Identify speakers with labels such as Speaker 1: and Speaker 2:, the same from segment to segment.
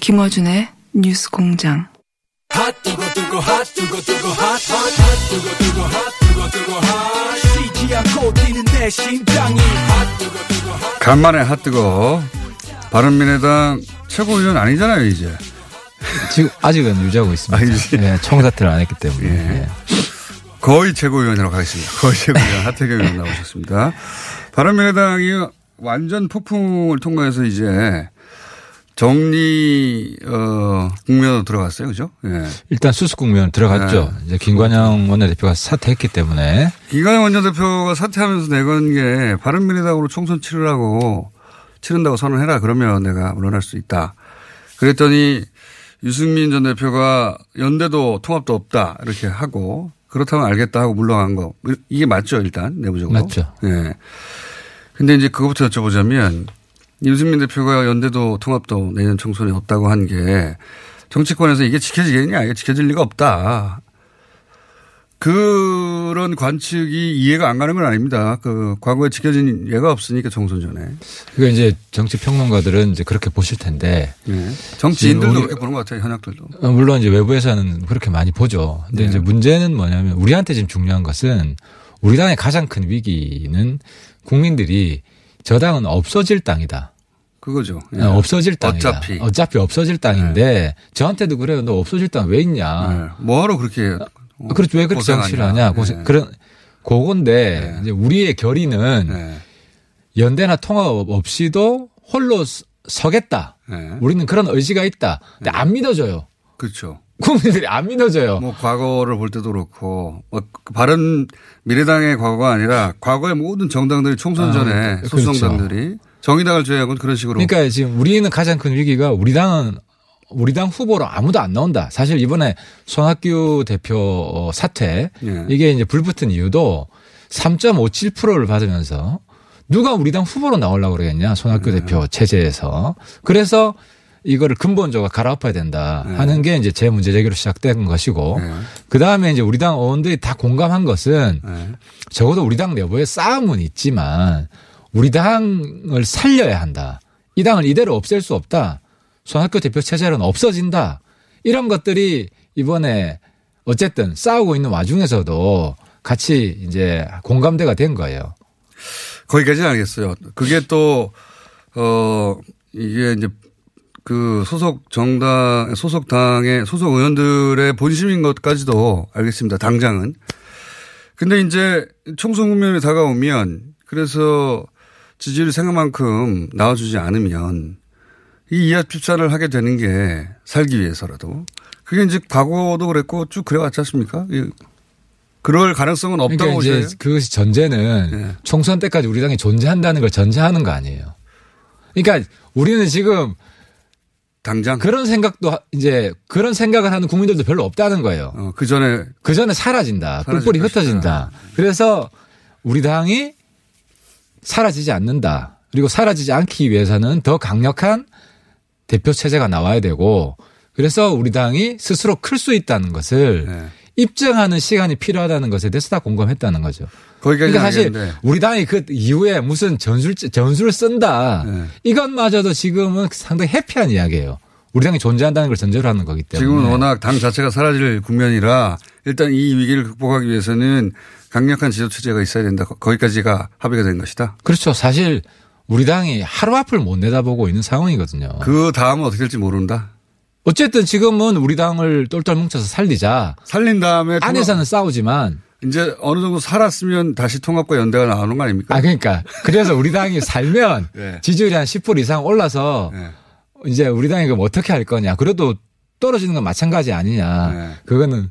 Speaker 1: 김어준의 뉴스 공장.
Speaker 2: 간만에 핫뜨거. 바른미래당 최고위원 아니잖아요, 이제.
Speaker 3: 지금 아직은 유지하고 있습니다.
Speaker 2: 유지.
Speaker 3: 예, 청사퇴를 안 했기 때문에. 예.
Speaker 2: 거의 최고위원이라고 하겠습니다. 거의 최고위원 하태경 의원 나오셨습니다. 바른미래당이 완전 폭풍을 통과해서 이제 정리, 어, 국면으로 들어갔어요. 그죠? 예.
Speaker 3: 일단 수습 국면 들어갔죠.
Speaker 2: 네.
Speaker 3: 이제 김관영 원내대표가 사퇴했기 때문에
Speaker 2: 이관영 원내대표가 사퇴하면서 내건 게 바른미래당으로 총선 치르라고 치른다고 선언해라. 그러면 내가 물러날 수 있다. 그랬더니 유승민 전 대표가 연대도 통합도 없다. 이렇게 하고 그렇다면 알겠다 하고 물러간 거. 이게 맞죠, 일단 내부적으로.
Speaker 3: 맞죠.
Speaker 2: 예. 근데 이제 그것부터 여쭤보자면 유승민 대표가 연대도 통합도 내년 총선에 없다고 한 게 정치권에서 이게 지켜지겠냐. 이게 지켜질 리가 없다. 그런 관측이 이해가 안 가는 건 아닙니다. 그 과거에 지켜진 예가 없으니까 총선 전에
Speaker 3: 그러니까 이제 정치 평론가들은 이제 그렇게 보실 텐데
Speaker 2: 예. 정치인들도
Speaker 3: 지금 우리-
Speaker 2: 그렇게 보는 것 같아요. 현역들도.
Speaker 3: 어, 물론 이제 외부에서는 그렇게 많이 보죠. 근데
Speaker 2: 네.
Speaker 3: 이제 문제는 뭐냐면 우리한테 지금 중요한 것은 우리 당의 가장 큰 위기는 국민들이 저 당은 없어질 당이다.
Speaker 2: 그거죠. 예.
Speaker 3: 아, 없어질 당이다.
Speaker 2: 어차피. 네.
Speaker 3: 어차피 없어질 당인데 저한테도 그래요. 너 없어질 당 왜 있냐.
Speaker 2: 예. 뭐하러 그렇게 어,
Speaker 3: 아. 그렇죠. 왜 그렇게
Speaker 2: 고생하냐. 네.
Speaker 3: 정치를 하냐. 고생,
Speaker 2: 예.
Speaker 3: 그런, 그건데, 이제 우리의 결의는
Speaker 2: 예.
Speaker 3: 연대나 통합 없이도 홀로 서- 서겠다.
Speaker 2: 예.
Speaker 3: 우리는 그런 의지가 있다. 근데 안 믿어져요.
Speaker 2: 그렇죠.
Speaker 3: 국민들이 안 믿어져요.
Speaker 2: 네. 뭐 과거를 볼 때도 그렇고 뭐 바른 미래당의 과거가 아니라 과거의 모든 정당들이 총선
Speaker 3: 아,
Speaker 2: 전에
Speaker 3: 그렇죠.
Speaker 2: 소수정당들이 정의당을 제외하고는 그런 식으로
Speaker 3: 그러니까 지금 우리는 가장 큰 위기가 우리 당은 우리 당 후보로 아무도 안 나온다. 사실 이번에 손학규 대표 어, 사퇴
Speaker 2: 예.
Speaker 3: 이게 이제 불붙은 이유도 3.57%를 받으면서 누가 우리 당 후보로 나오려고 그러겠냐.
Speaker 2: 예.
Speaker 3: 손학규 대표 체제에서. 그래서 이거를 근본적으로 갈아엎어야 된다 하는 게 이제 제 문제 제기로 시작된 것이고
Speaker 2: 예.
Speaker 3: 그다음에 이제 우리 당 의원들이 다 공감한 것은
Speaker 2: 예.
Speaker 3: 적어도 우리 당 내부에 싸움은 있지만 우리 당을 살려야 한다. 이 당을 이대로 없앨 수 없다. 손학규 대표 체제는 없어진다. 이런 것들이 이번에 어쨌든 싸우고 있는 와중에서도 같이 이제 공감대가 된 거예요.
Speaker 2: 거기까지는 알겠어요. 그게 또, 어, 이게 이제 그 소속 정당, 소속 당의 소속 의원들의 본심인 것까지도 알겠습니다. 당장은. 근데 이제 총선 국면이 다가오면 그래서 지지율이 생각만큼 나와주지 않으면 이 이합 집산을 하게 되는 게 살기 위해서라도 그게 이제 과거도 그랬고 쭉 그래왔지 않습니까? 이- 그럴 가능성은 없다고
Speaker 3: 그러니까
Speaker 2: 보세요.
Speaker 3: 이제 그것이 전제는
Speaker 2: 예.
Speaker 3: 총선 때까지 우리 당이 존재한다는 걸 전제하는 거 아니에요. 그러니까 우리는 지금
Speaker 2: 당장.
Speaker 3: 그런 생각도 하- 이제 그런 생각을 하는 국민들도 별로 없다는 거예요.
Speaker 2: 어, 그 전에
Speaker 3: 그 전에 사라진다.
Speaker 2: 사라질
Speaker 3: 뿔뿔이
Speaker 2: 것이다.
Speaker 3: 흩어진다. 그래서 우리 당이 사라지지 않는다. 그리고 사라지지 않기 위해서는 더 강력한 대표 체제가 나와야 되고 그래서 우리 당이 스스로 클 수 있다는 것을
Speaker 2: 네.
Speaker 3: 입증하는 시간이 필요하다는 것에 대해서 다 공감했다는 거죠.
Speaker 2: 거기까지 네.
Speaker 3: 그러니까 사실
Speaker 2: 알겠는데.
Speaker 3: 우리 당이 그 이후에 무슨 전술 전술을 쓴다
Speaker 2: 네.
Speaker 3: 이것마저도 지금은 상당히 해피한 이야기예요. 우리 당이 존재한다는 걸 전제로 하는 거기 때문에
Speaker 2: 지금은 워낙 당 자체가 사라질 국면이라 일단 이 위기를 극복하기 위해서는 강력한 지도 체제가 있어야 된다. 거- 거기까지가 합의가 된 것이다.
Speaker 3: 그렇죠. 사실 우리 당이 하루 앞을 못 내다보고 있는 상황이거든요.
Speaker 2: 그 다음은 어떻게 될지 모른다.
Speaker 3: 어쨌든 지금은 우리 당을 똘똘 뭉쳐서 살리자.
Speaker 2: 살린 다음에 통합-
Speaker 3: 안에서는 싸우지만
Speaker 2: 이제 어느 정도 살았으면 다시 통합과 연대가 나오는 거 아닙니까?
Speaker 3: 아 그러니까 그래서 우리 당이 살면
Speaker 2: 네.
Speaker 3: 지지율이 한 10% 이상 올라서
Speaker 2: 네.
Speaker 3: 이제 우리 당이 그럼 어떻게 할 거냐. 그래도 떨어지는 건 마찬가지 아니냐.
Speaker 2: 네.
Speaker 3: 그거는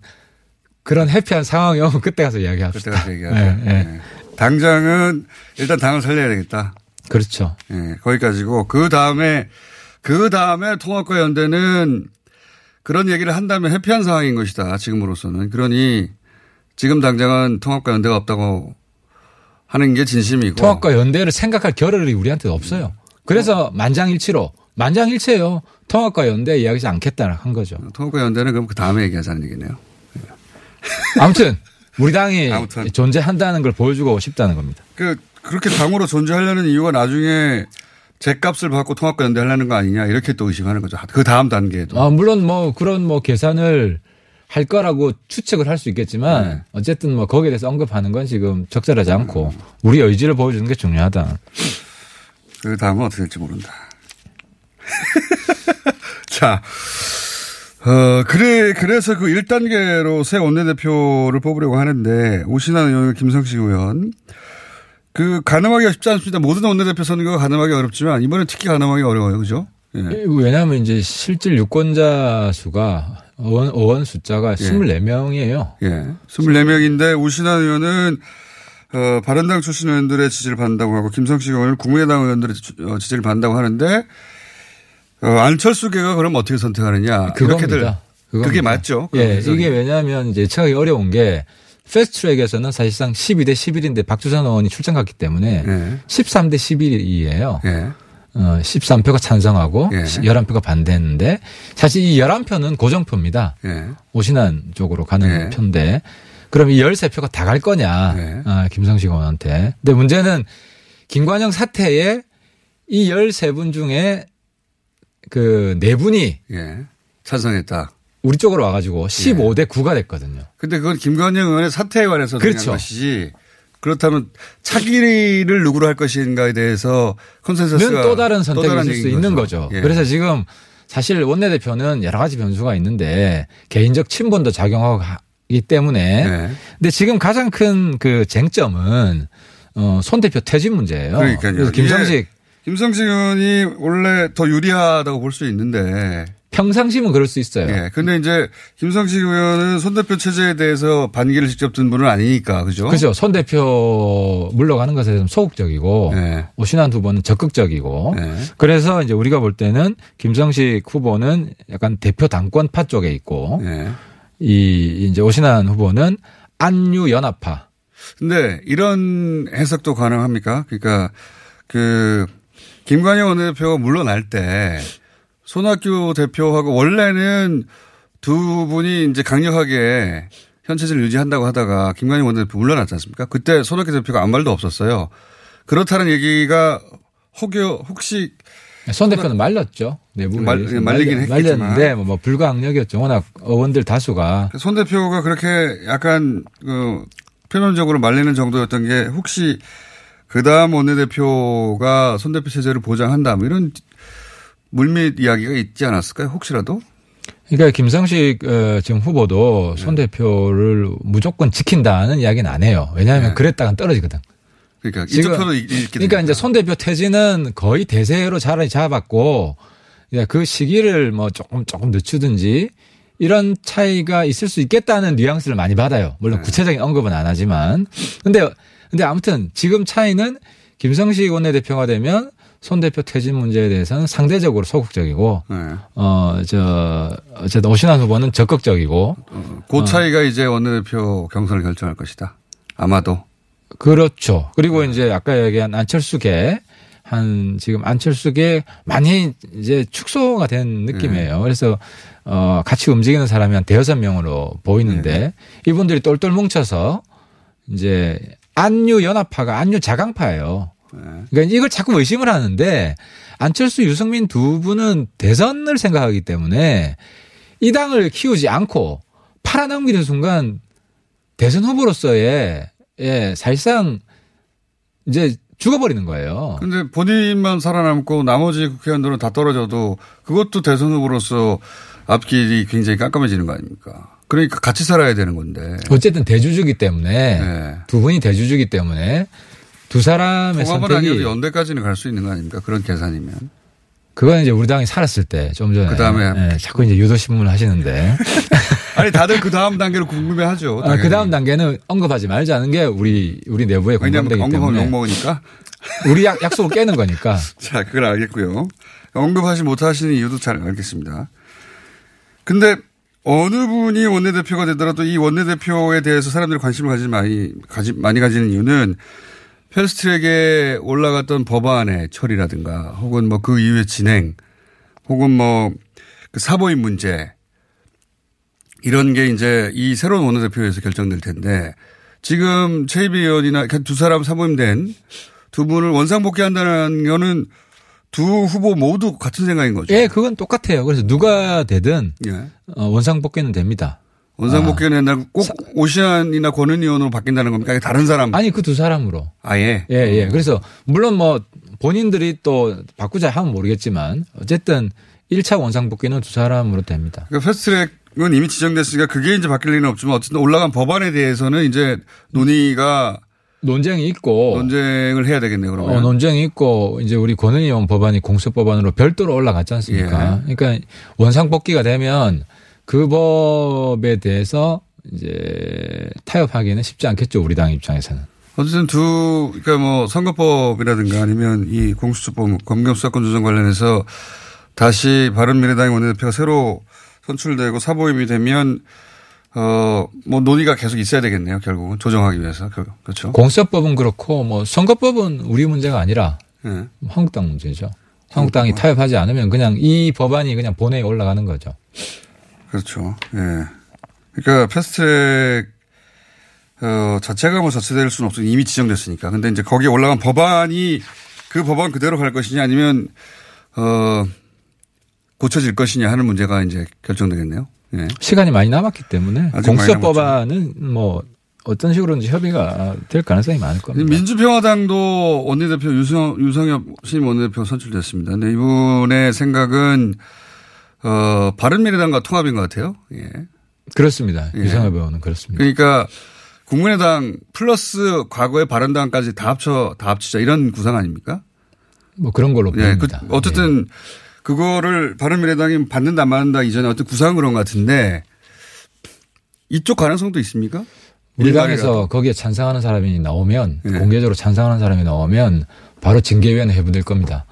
Speaker 3: 그런 해피한 상황이 오면 그때 가서 이야기합시다.
Speaker 2: 그때가 얘기하죠. 네.
Speaker 3: 예, 예.
Speaker 2: 당장은 일단 당을 살려야 되겠다.
Speaker 3: 그렇죠.
Speaker 2: 예, 거기까지고 그 다음에 그 다음에 통합과 연대는 그런 얘기를 한다면 해피한 상황인 것이다. 지금으로서는 그러니 지금 당장은 통합과 연대가 없다고 하는 게 진심이고
Speaker 3: 통합과 연대를 생각할 겨를이 우리한테 없어요. 그래서 만장일치로 만장일치예요. 통합과 연대 이야기하지 않겠다 한 거죠.
Speaker 2: 통합과 연대는 그럼 그 다음에 얘기하자는 얘기네요.
Speaker 3: 아무튼 우리 당이
Speaker 2: 아무튼.
Speaker 3: 존재한다는 걸 보여주고 싶다는 겁니다.
Speaker 2: 그 그렇게 당으로 존재하려는 이유가 나중에 제값을 받고 통합과 연대하려는 거 아니냐 이렇게 또 의심하는 거죠. 그 다음 단계에도
Speaker 3: 아, 물론 뭐 그런 뭐 계산을 할 거라고 추측을 할 수 있겠지만
Speaker 2: 네.
Speaker 3: 어쨌든 뭐 거기에 대해서 언급하는 건 지금 적절하지 않고 우리 의지를 보여주는 게 중요하다.
Speaker 2: 그 다음은 어떻게 될지 모른다. 자, 어, 그래, 그래서 그 1단계로 새 원내대표를 뽑으려고 하는데, 오신환 의원, 김성식 의원. 그, 가늠하기가 쉽지 않습니다. 모든 원내대표 선거가 가늠하기 어렵지만, 이번에 특히 가늠하기 어려워요. 그죠? 예.
Speaker 3: 왜냐하면 이제 실질 유권자 수가 의원, 의원 숫자가 24명이에요.
Speaker 2: 예. 24명인데, 오신환 의원은, 어, 바른당 출신 의원들의 지지를 받는다고 하고, 김성식 의원은 국민의당 의원들의 지- 어, 지지를 받는다고 하는데, 어, 안철수계가 그럼 어떻게 선택하느냐. 이렇게들
Speaker 3: 그겁니다. 그겁니다.
Speaker 2: 그게 맞죠? 그
Speaker 3: 예,
Speaker 2: 분석이.
Speaker 3: 이게 왜냐하면 이제 예측하기 어려운 게 패스트트랙에서는 사실상 12대 11인데 박주선 의원이 출장 갔기 때문에
Speaker 2: 예.
Speaker 3: 13대 11이에요.
Speaker 2: 예.
Speaker 3: 어, 13표가 찬성하고
Speaker 2: 예.
Speaker 3: 11표가 반대했는데 사실 이 11표는 고정표입니다.
Speaker 2: 예.
Speaker 3: 오신한 쪽으로 가는
Speaker 2: 예.
Speaker 3: 편인데 그럼 이 13표가 다 갈 거냐.
Speaker 2: 예.
Speaker 3: 아, 김성식 의원한테. 근데 문제는 김관영 사태에 이 13분 중에 그 4분이
Speaker 2: 예. 찬성했다.
Speaker 3: 우리 쪽으로 와가지고
Speaker 2: 예.
Speaker 3: 15대 9가 됐거든요.
Speaker 2: 근데 그건 김관영 의원의 사태에 관해서 그렇
Speaker 3: 그렇죠.
Speaker 2: 것이지. 그렇다면 차기를 누구로 할 것인가에 대해서 컨센서스가
Speaker 3: 는또 다른 선택이
Speaker 2: 다른
Speaker 3: 있을 수
Speaker 2: 얘기인
Speaker 3: 있는 거죠.
Speaker 2: 예.
Speaker 3: 그래서 지금 사실 원내대표는 여러 가지 변수가 있는데 개인적 친분도 작용하기 때문에
Speaker 2: 예.
Speaker 3: 근데 지금 가장 큰 그 쟁점은 어, 손 대표 퇴진 문제예요.
Speaker 2: 그러니까요.
Speaker 3: 래서 김상식
Speaker 2: 이게 김성식 의원이 원래 더 유리하다고 볼 수 있는데.
Speaker 3: 평상심은 그럴 수 있어요.
Speaker 2: 예. 근데 이제 김성식 의원은 손 대표 체제에 대해서 반기를 직접 든 분은 아니니까. 그죠?
Speaker 3: 그죠. 손 대표 물러가는 것에 좀 소극적이고
Speaker 2: 예.
Speaker 3: 오신환 후보는 적극적이고
Speaker 2: 예.
Speaker 3: 그래서 이제 우리가 볼 때는 김성식 후보는 약간 대표 당권파 쪽에 있고
Speaker 2: 예.
Speaker 3: 이 이제 오신환 후보는 안유 연합파.
Speaker 2: 근데 이런 해석도 가능합니까? 그러니까 그 김관영 원내대표가 물러날 때 손학규 대표하고 원래는 두 분이 이제 강력하게 현체질을 유지한다고 하다가 김관영 원내대표 물러났지 않습니까? 그때 손학규 대표가 아무 말도 없었어요. 그렇다는 얘기가 혹여 혹시
Speaker 3: 손 대표는 말렸죠. 내부
Speaker 2: 말-
Speaker 3: 회의에서.
Speaker 2: 말리긴
Speaker 3: 말렸-
Speaker 2: 했겠지만.
Speaker 3: 말렸는데 뭐, 뭐 불가항력이었죠. 워낙 의원들 다수가
Speaker 2: 손 대표가 그렇게 약간 그 표면적으로 말리는 정도였던 게 혹시 그 다음 원내대표가 손 대표 체제를 보장한다 뭐 이런 물밑 이야기가 있지 않았을까요? 혹시라도?
Speaker 3: 그러니까 김성식 어, 지금 후보도 손
Speaker 2: 네.
Speaker 3: 대표를 무조건 지킨다는 이야기는 안 해요. 왜냐하면
Speaker 2: 네.
Speaker 3: 그랬다간 떨어지거든.
Speaker 2: 그러니까 이투표도 읽게
Speaker 3: 그러니까 이제 손 대표 퇴진은 거의 대세로 자리 잡았고 이제 그 시기를 뭐 조금 조금 늦추든지 이런 차이가 있을 수 있겠다는 뉘앙스를 많이 받아요. 물론 구체적인 언급은 안 하지만 근데 근데 아무튼 지금 차이는 김성식 원내대표가 되면 손 대표 퇴진 문제에 대해서는 상대적으로 소극적이고 어,
Speaker 2: 네.
Speaker 3: 어저 어쨌든 오신환 후보는 적극적이고
Speaker 2: 그 차이가 이제 원내대표 경선을 결정할 것이다. 아마도.
Speaker 3: 그렇죠. 그리고 이제 아까 얘기한 안철수계 한 지금 안철수계 많이 이제 축소가 된 느낌이에요. 그래서 어 같이 움직이는 사람이 한 대여섯 명으로 보이는데 이분들이 똘똘 뭉쳐서 이제 안유 연합파가 안유 자강파예요. 그러니까 이걸 자꾸 의심을 하는데 안철수, 유승민 두 분은 대선을 생각하기 때문에 이 당을 키우지 않고 팔아넘기는 순간 대선 후보로서의 예, 사실상 이제 죽어버리는 거예요.
Speaker 2: 근데 본인만 살아남고 나머지 국회의원들은 다 떨어져도 그것도 대선 후보로서 앞길이 굉장히 깜깜해지는 거 아닙니까? 그러니까 같이 살아야 되는 건데.
Speaker 3: 네. 어쨌든 대주주기 때문에
Speaker 2: 네.
Speaker 3: 두 분이 대주주기 때문에 두 사람의
Speaker 2: 통합은 아니어도
Speaker 3: 네, 선택이
Speaker 2: 연대까지는 갈 수 있는 거 아닙니까? 그런 계산이면.
Speaker 3: 그건 이제 우리 당이 살았을 때 좀 전에
Speaker 2: 그다음에
Speaker 3: 예, 자꾸 이제 유도 신문을 하시는데
Speaker 2: 아니 다들 그 다음 단계를 궁금해하죠.
Speaker 3: 아, 그 다음 단계는 언급하지 말자는 게 우리 우리 내부의 공감되기
Speaker 2: 왜냐하면 언급하면
Speaker 3: 때문에
Speaker 2: 욕먹으니까.
Speaker 3: 우리 약, 약속을 깨는 거니까
Speaker 2: 자, 그걸 알겠고요. 언급하지 못하시는 이유도 잘 알겠습니다. 근데 어느 분이 원내대표가 되더라도 이 원내대표에 대해서 사람들이 관심을 가지 많이, 가지, 많이 가지는 이유는 패스트트랙에 올라갔던 법안의 처리라든가 혹은 뭐 그 이후의 진행 혹은 뭐 그 사보임 문제 이런 게 이제 이 새로운 원내대표에서 결정될 텐데 지금 최희비 의원이나 이렇게 두 사람 사모임된 두 분을 원상복귀한다는 거는 두 후보 모두 같은 생각인 거죠.
Speaker 3: 예 그건 똑같아요 그래서 누가 되든
Speaker 2: 예.
Speaker 3: 어, 원상복귀는 됩니다 아.
Speaker 2: 원상복귀는 옛날 꼭 오시안이나 권은 의원으로 바뀐다는 겁니까? 아니, 다른 사람
Speaker 3: 아니 그 두 사람으로
Speaker 2: 아예.
Speaker 3: 예, 예. 그래서 물론 뭐 본인들이 또 바꾸자 하면 모르겠지만 어쨌든 1차 원상복귀는 두 사람으로 됩니다.
Speaker 2: 그러니까 패스트트랙은 이미 지정됐으니까 그게 이제 바뀔 리는 없지만 어쨌든 올라간 법안에 대해서는 이제 논의가
Speaker 3: 논쟁이 있고
Speaker 2: 논쟁을 해야 되겠네요. 그러면
Speaker 3: 어, 논쟁이 있고 이제 우리 권은희 의원 법안이 공수법안으로 별도로 올라갔지 않습니까?
Speaker 2: 예.
Speaker 3: 그러니까 원상복귀가 되면 그 법에 대해서 이제 타협하기는 쉽지 않겠죠 우리 당 입장에서는.
Speaker 2: 어쨌든 두, 그러니까 뭐 선거법이라든가 아니면 이 공수처법, 검경수사권 조정 관련해서 다시 바른미래당 원내대표가 새로 선출되고 사보임이 되면 어, 뭐 논의가 계속 있어야 되겠네요. 결국은 조정하기 위해서. 그- 그렇죠.
Speaker 3: 공수법은 그렇고 뭐 선거법은 우리 문제가 아니라
Speaker 2: 예.
Speaker 3: 한국당 문제죠.
Speaker 2: 어.
Speaker 3: 한국당이 타협하지 않으면 그냥 이 법안이 그냥 본회의 올라가는 거죠.
Speaker 2: 그렇죠. 예. 그러니까 패스트트랙 어, 자체가 뭐 자체될 수는 없으니 이미 지정됐으니까. 근데 이제 거기에 올라간 법안이 그 법안 그대로 갈 것이냐 아니면 어, 고쳐질 것이냐 하는 문제가 이제 결정되겠네요. 예.
Speaker 3: 시간이 많이 남았기 때문에
Speaker 2: 아직 많이
Speaker 3: 공수법안은 뭐 어떤 식으로든지 협의가 될 가능성이 많을 겁니다.
Speaker 2: 민주평화당도 원내대표 유성, 유성엽 신임 원내대표 선출됐습니다. 근데 이분의 생각은 어, 바른미래당과 통합인 것 같아요. 예.
Speaker 3: 그렇습니다.
Speaker 2: 예.
Speaker 3: 유성엽 의원은 그렇습니다.
Speaker 2: 그러니까 국민의당 플러스 과거의 바른당까지 다 합쳐 다 합치자 이런 구상 아닙니까?
Speaker 3: 뭐 그런 걸로
Speaker 2: 예, 그,
Speaker 3: 보입니다. 예.
Speaker 2: 어쨌든 그거를 바른미래당이 받는다 안 받는다 이전에 어떤 구상 그런 것 같은데 이쪽 가능성도 있습니까?
Speaker 3: 우리
Speaker 2: 일반이라도.
Speaker 3: 당에서 거기에 찬성하는 사람이 나오면
Speaker 2: 예.
Speaker 3: 공개적으로 찬성하는 사람이 나오면 바로 징계위원회 해부될 겁니다.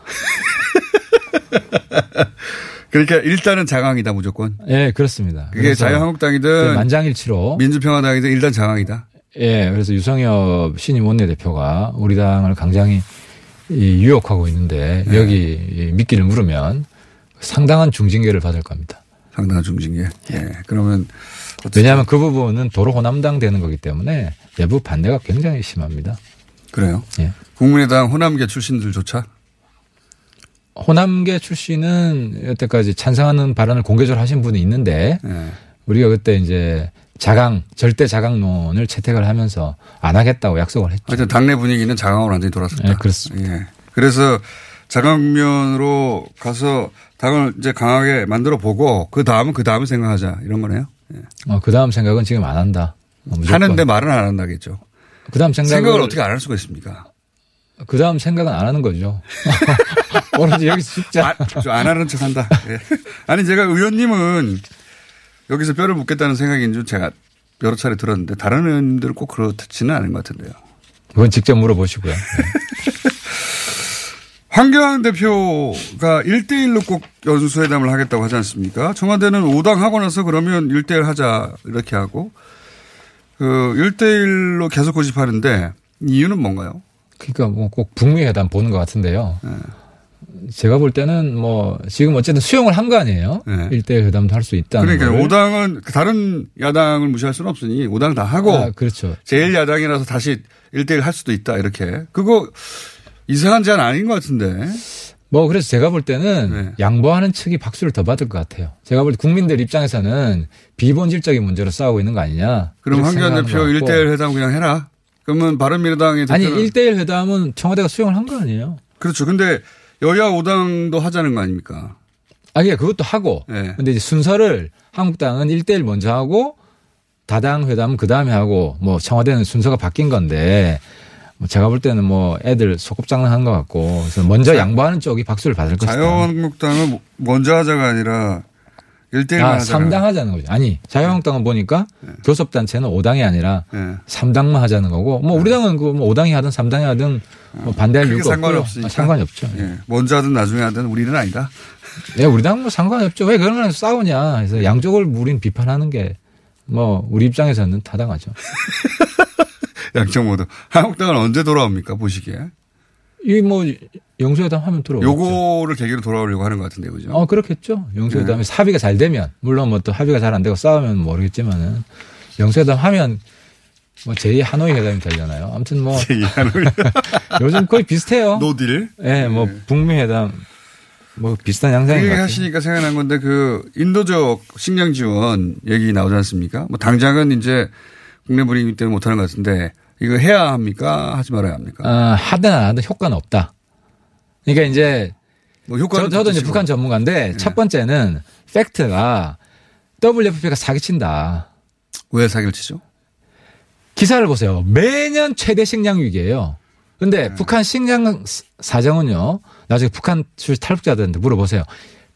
Speaker 2: 그러니까 일단은 장황이다 무조건.
Speaker 3: 예, 그렇습니다.
Speaker 2: 그게
Speaker 3: 그래서
Speaker 2: 자유한국당이든
Speaker 3: 만장일치로
Speaker 2: 민주평화당이든 일단 장황이다.
Speaker 3: 예, 그래서 유성엽 신임 원내대표가 우리 당을 굉장히 이 유혹하고 있는데
Speaker 2: 예.
Speaker 3: 여기 이 미끼를 물으면 상당한 중징계를 받을 겁니다.
Speaker 2: 상당한 중징계. 예. 그러면 어쨌든
Speaker 3: 왜냐하면 그 부분은 도로 호남당 되는 거기 때문에 내부 반대가 굉장히 심합니다.
Speaker 2: 그래요.
Speaker 3: 예.
Speaker 2: 국민의당 호남계 출신들조차
Speaker 3: 호남계 출신은 여태까지 찬성하는 발언을 공개적으로 하신 분이 있는데
Speaker 2: 예.
Speaker 3: 우리가 그때 이제 자강 절대 자강론을 채택을 하면서 안 하겠다고 약속을 했죠.
Speaker 2: 하여튼 당내 분위기는 장황으로 완전히 돌았습니다.
Speaker 3: 예, 그렇습니다.
Speaker 2: 예. 그래서 자강면으로 가서 당을 이제 강하게 만들어 보고 그 다음은 그 다음에 생각하자 이런 거네요. 예.
Speaker 3: 어, 그 다음 생각은 지금 안 한다. 어, 무조건.
Speaker 2: 하는데 말은 안 한다겠죠.
Speaker 3: 그 다음 생각을,
Speaker 2: 생각을 어떻게 안 할 수가 있습니까?
Speaker 3: 그 다음 생각은 안 하는 거죠. 오로지 여기서 죽자.
Speaker 2: 아, 저안 하는 척 한다. 예. 아니 제가 의원님은 여기서 뼈를 묻겠다는 생각인 줄 제가 여러 차례 들었는데 다른 의원님들은 꼭 그렇지는 않은 것 같은데요.
Speaker 3: 그건 직접 물어보시고요. 네.
Speaker 2: 황교안 대표가 1대1로 꼭 연수회담을 하겠다고 하지 않습니까? 청와대는 5당 하고 나서 그러면 1대1 하자 이렇게 하고 그 1대1로 계속 고집하는데 이유는 뭔가요?
Speaker 3: 그러니까 뭐 꼭 북미 회담 보는 것 같은데요.
Speaker 2: 네.
Speaker 3: 제가 볼 때는 뭐 지금 어쨌든 수용을 한 거 아니에요.
Speaker 2: 네.
Speaker 3: 일 1대1 회담도 할 수 있다는
Speaker 2: 그러니까
Speaker 3: 거를.
Speaker 2: 5당은 다른 야당을 무시할 수는 없으니 5당 다
Speaker 3: 아,
Speaker 2: 하고
Speaker 3: 그렇죠.
Speaker 2: 제일 야당이라서 다시 1대1 할 수도 있다 이렇게. 그거 이상한 제안 아닌 것 같은데.
Speaker 3: 뭐 그래서 제가 볼 때는
Speaker 2: 네.
Speaker 3: 양보하는 측이 박수를 더 받을 것 같아요. 제가 볼 때 국민들 입장에서는 비본질적인 문제로 싸우고 있는 거 아니냐.
Speaker 2: 그럼
Speaker 3: 그렇게
Speaker 2: 황교안
Speaker 3: 생각하는
Speaker 2: 대표
Speaker 3: 것 같고.
Speaker 2: 1대1 회담 그냥 해라. 그러면 바른미래당이
Speaker 3: 뭐, 아니
Speaker 2: 대표는-
Speaker 3: 1대1 회담은 청와대가 수용을 한 거 아니에요?
Speaker 2: 그렇죠. 근데 여야 5당도 하자는 거 아닙니까?
Speaker 3: 아, 예, 그것도 하고.
Speaker 2: 예.
Speaker 3: 근데 이제 순서를 한국당은 1대1 먼저 하고 다당 회담은 그 다음에 하고 뭐 청와대는 순서가 바뀐 건데 뭐 제가 볼 때는 뭐 애들 소꿉장난 한것 같고 그래서 먼저 양보하는 쪽이 박수를 받을 것이다.
Speaker 2: 자유한국당은 뭐, 먼저 하자가 아니라 1대1만
Speaker 3: 아,
Speaker 2: 하자.
Speaker 3: 3당 하자는 거죠. 아니, 자유한국당은 보니까
Speaker 2: 네.
Speaker 3: 교섭단체는 5당이 아니라
Speaker 2: 예.
Speaker 3: 3당만 하자는 거고 뭐 우리 당은 그뭐 5당이 하든 3당이 하든 뭐 반대할
Speaker 2: 네. 크게
Speaker 3: 이유가
Speaker 2: 상관이
Speaker 3: 없고요.
Speaker 2: 없으니까.
Speaker 3: 아, 상관이 없죠. 예.
Speaker 2: 예. 먼저 하든 나중에 하든 우리는 아니다.
Speaker 3: 네, 우리 당뭐 상관이 없죠. 왜 그런 거랑 싸우냐. 그래서 양쪽을 우린 비판하는 게 뭐 우리 입장에서는 타당하죠.
Speaker 2: 양쪽 모두. 한국당은 언제 돌아옵니까? 보시기에.
Speaker 3: 이 뭐 영수회담 하면 들어오죠.
Speaker 2: 요거를 계기로 돌아오려고 하는 것 같은데, 그죠?
Speaker 3: 그렇죠. 어 그렇겠죠. 영수회담이
Speaker 2: 네.
Speaker 3: 합의가 잘 되면 물론 뭐 또 합의가 잘 안 되고 싸우면 모르겠지만은 영수회담 하면 뭐 제2 하노이 회담이 되잖아요. 아무튼 뭐
Speaker 2: 얘기하는
Speaker 3: 요즘 거의 비슷해요.
Speaker 2: 노딜. 네.
Speaker 3: 예, 뭐 북미 회담 뭐 비슷한 양상인 것
Speaker 2: 얘기
Speaker 3: 같아요.
Speaker 2: 하시니까 생각난 건데 그 인도적 식량 지원 얘기 나오지 않습니까? 뭐 당장은 이제 국내 분위기 때문에 못하는 것 같은데 이거 해야 합니까? 하지 말아야 합니까?
Speaker 3: 아, 하든 안 하든 효과는 없다. 그러니까 이제
Speaker 2: 뭐
Speaker 3: 저,
Speaker 2: 효과는
Speaker 3: 저도 이제
Speaker 2: 좋으시고. 네.
Speaker 3: 북한 전문가인데 첫 번째는 팩트가 WFP가 사기친다.
Speaker 2: 왜 사기를 치죠?
Speaker 3: 기사를 보세요. 매년 최대 식량 위기예요. 근데
Speaker 2: 네.
Speaker 3: 북한 식량 사정은요. 나중에 북한 출 탈북자들한테 물어보세요.